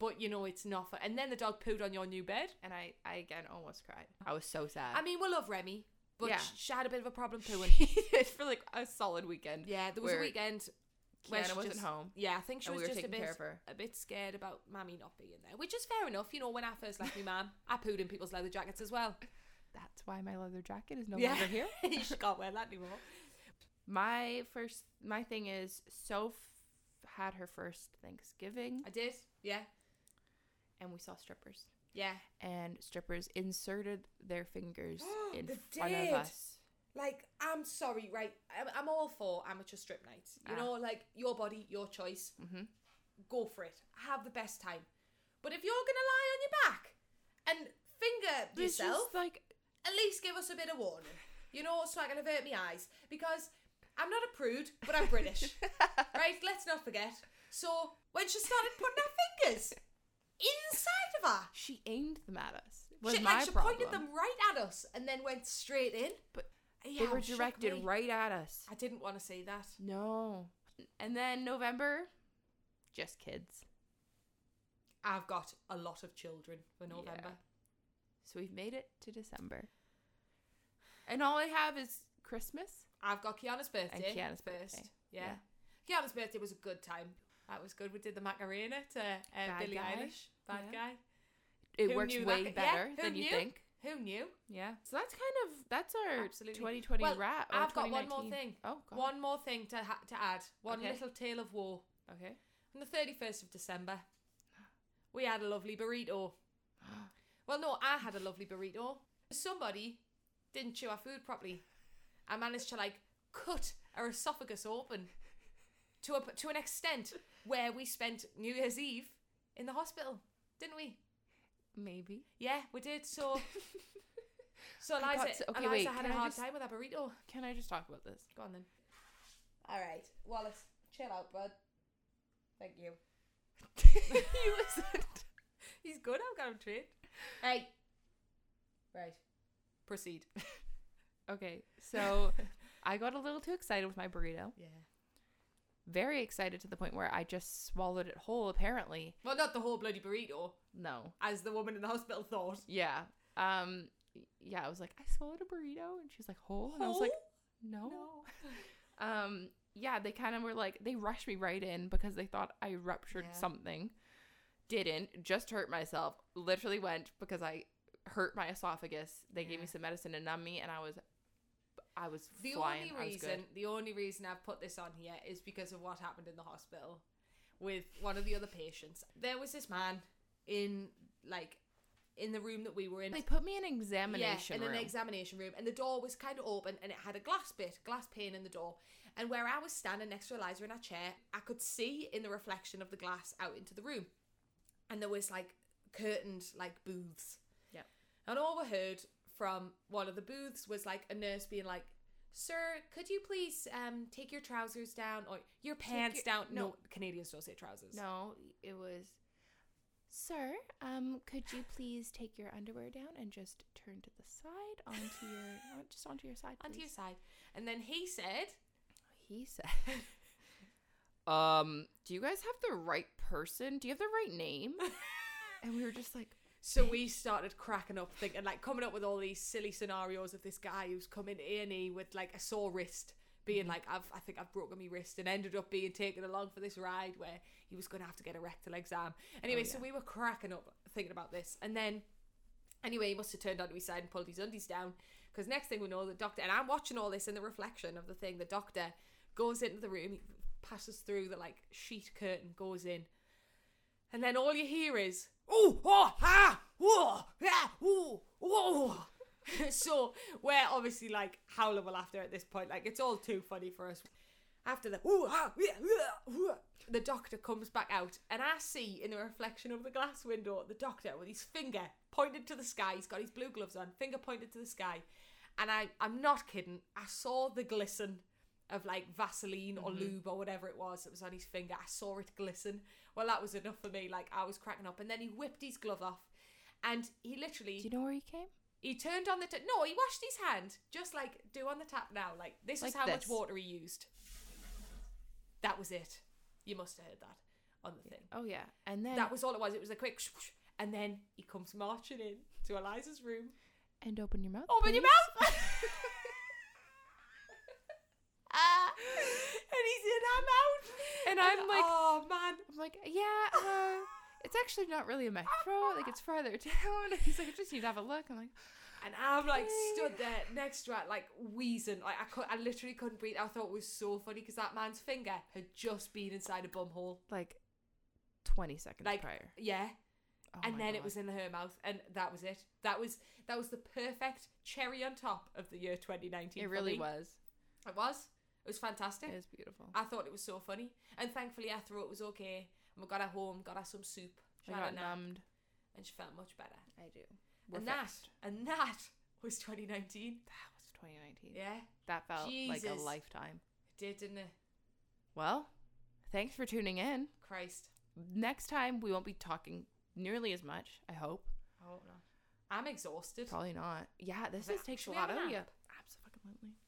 B: But, you know, it's not fun. And then the dog pooed on your new bed.
A: And I, I again almost cried. I was so sad.
B: I mean, we love Remy. But
A: Yeah.
B: sh she had a bit of a problem pooing.
A: She did for like a solid weekend.
B: Yeah, there was a
A: Where
B: weekend where she
A: Kiana wasn't
B: just-
A: home.
B: Yeah, I think she
A: and
B: was
A: we were
B: just a
A: taking
B: bit
A: care of her.
B: a bit scared about mammy not being there, which is fair enough. You know, when I first left my mum, I pooed in people's leather jackets as well.
A: That's why my leather jacket is no
B: Yeah.
A: longer here.
B: she can't wear that anymore.
A: My first, my thing is Soph had her first Thanksgiving,
B: I did. Yeah,
A: and we saw strippers.
B: yeah.
A: And strippers inserted their fingers in
C: They
A: front
C: did.
A: of us.
C: Like, I'm sorry, right?
B: I'm, I'm all for amateur strip nights. You
A: Ah.
B: know, like your body, your choice.
A: Mhm.
B: Go for it. Have the best time. But if you're gonna lie on your back and finger
A: It's
B: yourself,
A: just like
B: at least give us a bit of warning, you know, so I can avert my eyes. Because I'm not a prude, but I'm British, right? Let's not forget. So when she started putting her fingers inside of her,
A: she aimed them at us. Was
B: she,
A: my
B: like, she
A: problem.
B: pointed them right at us and then went straight in.
A: But
B: Yeah,
A: They
B: it
A: were
B: shook
A: directed
B: me.
A: right at us.
B: I didn't want to say that.
A: No. And then November, just kids.
B: I've got a lot of children for November.
A: So we've made it to December. And all I have is Christmas.
B: I've got Kiana's birthday.
A: Kiana's
B: first.
A: birthday.
B: Yeah. Kiana's birthday was a good time. That was good. We did the Macarena to uh,
A: Bad
B: Billie
A: guy.
B: Eilish. Bad
A: Yeah.
B: guy.
A: It
B: Who
A: works
B: knew
A: way
B: that- yeah,
A: better
B: who
A: than you
B: knew?
A: think.
B: Who knew?
A: Yeah. So that's kind of that's our
B: Absolutely.
A: 2020
B: Well,
A: wrap. or
B: I've got one more
A: 2019.
B: thing.
A: Oh god.
B: One more thing to ha- to add. One
A: Okay.
B: little tale of war.
A: Okay.
B: On the thirty first of December, we had a lovely burrito. Well, no, I had a lovely burrito. Somebody didn't chew our food properly. I managed to like cut our esophagus open to a, to an extent where we spent New Year's Eve in the hospital, didn't we?
A: Maybe.
B: Yeah, we did. So, so
A: I
B: Eliza,
A: got so- okay,
B: Eliza
A: wait,
B: had
A: can
B: a
A: I
B: hard
A: just-
B: time with our burrito.
A: Can I just talk about this?
B: Go on then.
C: All right, Wallace, chill out, bud. Thank you.
B: he wasn't. He's good. I've got him trained.
C: Hey. Right.
B: Proceed.
A: Okay, so I got a little too excited with my burrito.
C: Yeah.
A: Very excited to the point where I just swallowed it whole, apparently.
B: Well, not the whole bloody burrito,
A: No.
B: as the woman in the hospital thought.
A: Yeah. Um. Yeah, I was like, I swallowed a burrito, and she's like, whole, and Oh, I was like, no.
B: No.
A: Um. Yeah, they kind of were like, they rushed me right in because they thought I ruptured
C: Yeah.
A: something. Didn't. Just hurt myself. Literally went because I hurt my esophagus. They gave me
C: Yeah.
A: some medicine to numb me, and I was, I was
B: The
A: flying.
B: only reason,
A: I was good.
B: the only reason I've put this on here is because of what happened in the hospital with one of the other patients. There was this man in like in the room that we were in.
A: They put me in
B: yeah,
A: examination
B: in
A: room.
B: an examination room, and the door was kind of open, and it had a glass bit, glass pane in the door. And where I was standing next to Eliza in our chair, I could see in the reflection of the glass out into the room, and there was like curtained like booths.
A: Yep.
B: And all we heard from one of the booths was like a nurse being like, "Sir, could you please um take your trousers down or your pants
A: your-
B: down?" No,
A: no.
B: Canadians don't say trousers.
A: No, it was. Sir, um, could you please take your underwear down and just turn to the side onto your uh, just onto your side,
B: onto your
A: please?"
B: side. And then he said,
A: He said. um, do you guys have the right person? Do you have the right name? and we were just like,
B: So we started cracking up, thinking like coming up with all these silly scenarios of this guy who's come in A and E with like a sore wrist, being like, "I've I think I've broken my wrist," and ended up being taken along for this ride where he was going to have to get a rectal exam. Anyway, so
A: yeah.
B: we were cracking up thinking about this, and then anyway, he must have turned onto his side and pulled his undies down because next thing we know, the doctor and I'm watching all this in the reflection of the thing. The doctor goes into the room, he passes through the like sheet curtain, goes in. And then all you hear is, ooh, oh, ah, whoa, ah, ooh, whoa. so we're obviously like howling with laughter at this point. Like it's all too funny for us. After the ooh, ah, yeah, yeah, ooh, the doctor comes back out, and I see in the reflection of the glass window the doctor with his finger pointed to the sky. He's got his blue gloves on, finger pointed to the sky, and I, I'm not kidding. I saw the glisten of like Vaseline or lube or whatever it was that was on his finger. I saw it glisten. Well, that was enough for me. Like I was cracking up, and then he whipped his glove off, and he literally
A: "Do you know where he came?"
B: he turned on the t- no. He washed his hand just like do on the tap now. Like this
A: Like
B: is how much
A: this.
B: water he used. That was it. You must have heard that on the thing.
A: Oh yeah, and then
B: That was all it was. It was a quick, and then he comes marching in to Eliza's room.
A: and open your mouth.
B: Open your
A: please."
B: mouth. Ah, and he's in our mouth,
A: And I'm like-
B: oh man,
A: I'm like, yeah, uh, it's actually not really in my throat. Like it's farther down. He's like, I just need to have a look. I'm like,
B: And I'm like
A: Okay.
B: stood there next to it, like wheezing. Like I could, I literally couldn't breathe. I thought it was so funny because that man's finger had just been inside a bum hole.
A: like, twenty seconds
B: Like,
A: prior.
B: Yeah,
A: Oh
B: and
A: my
B: then
A: God.
B: it was in her mouth, and that was it. That was that was the perfect cherry on top of the year 2019.
A: It
B: for
A: really
B: me.
A: was.
B: It was. It was fantastic.
A: It was beautiful.
B: I thought it was so funny, and thankfully our throat was okay. And we got her home, got her some soup,
A: I
B: she had
A: got
B: a nap,
A: numbed.
B: and she felt much better.
A: I do.
B: and that, and that was 2019.
A: That was 2019.
B: Yeah,
A: That felt like a
B: Jesus.
A: lifetime.
B: it did, didn't it?
A: Well, thanks for tuning in.
B: Christ.
A: Next time we won't be talking nearly as much. I hope.
B: I hope not. I'm exhausted.
A: Probably not. Yeah, this
B: But
A: just takes a
B: should we have
A: lot
B: a
A: out of you.
B: nap?
A: Absolutely.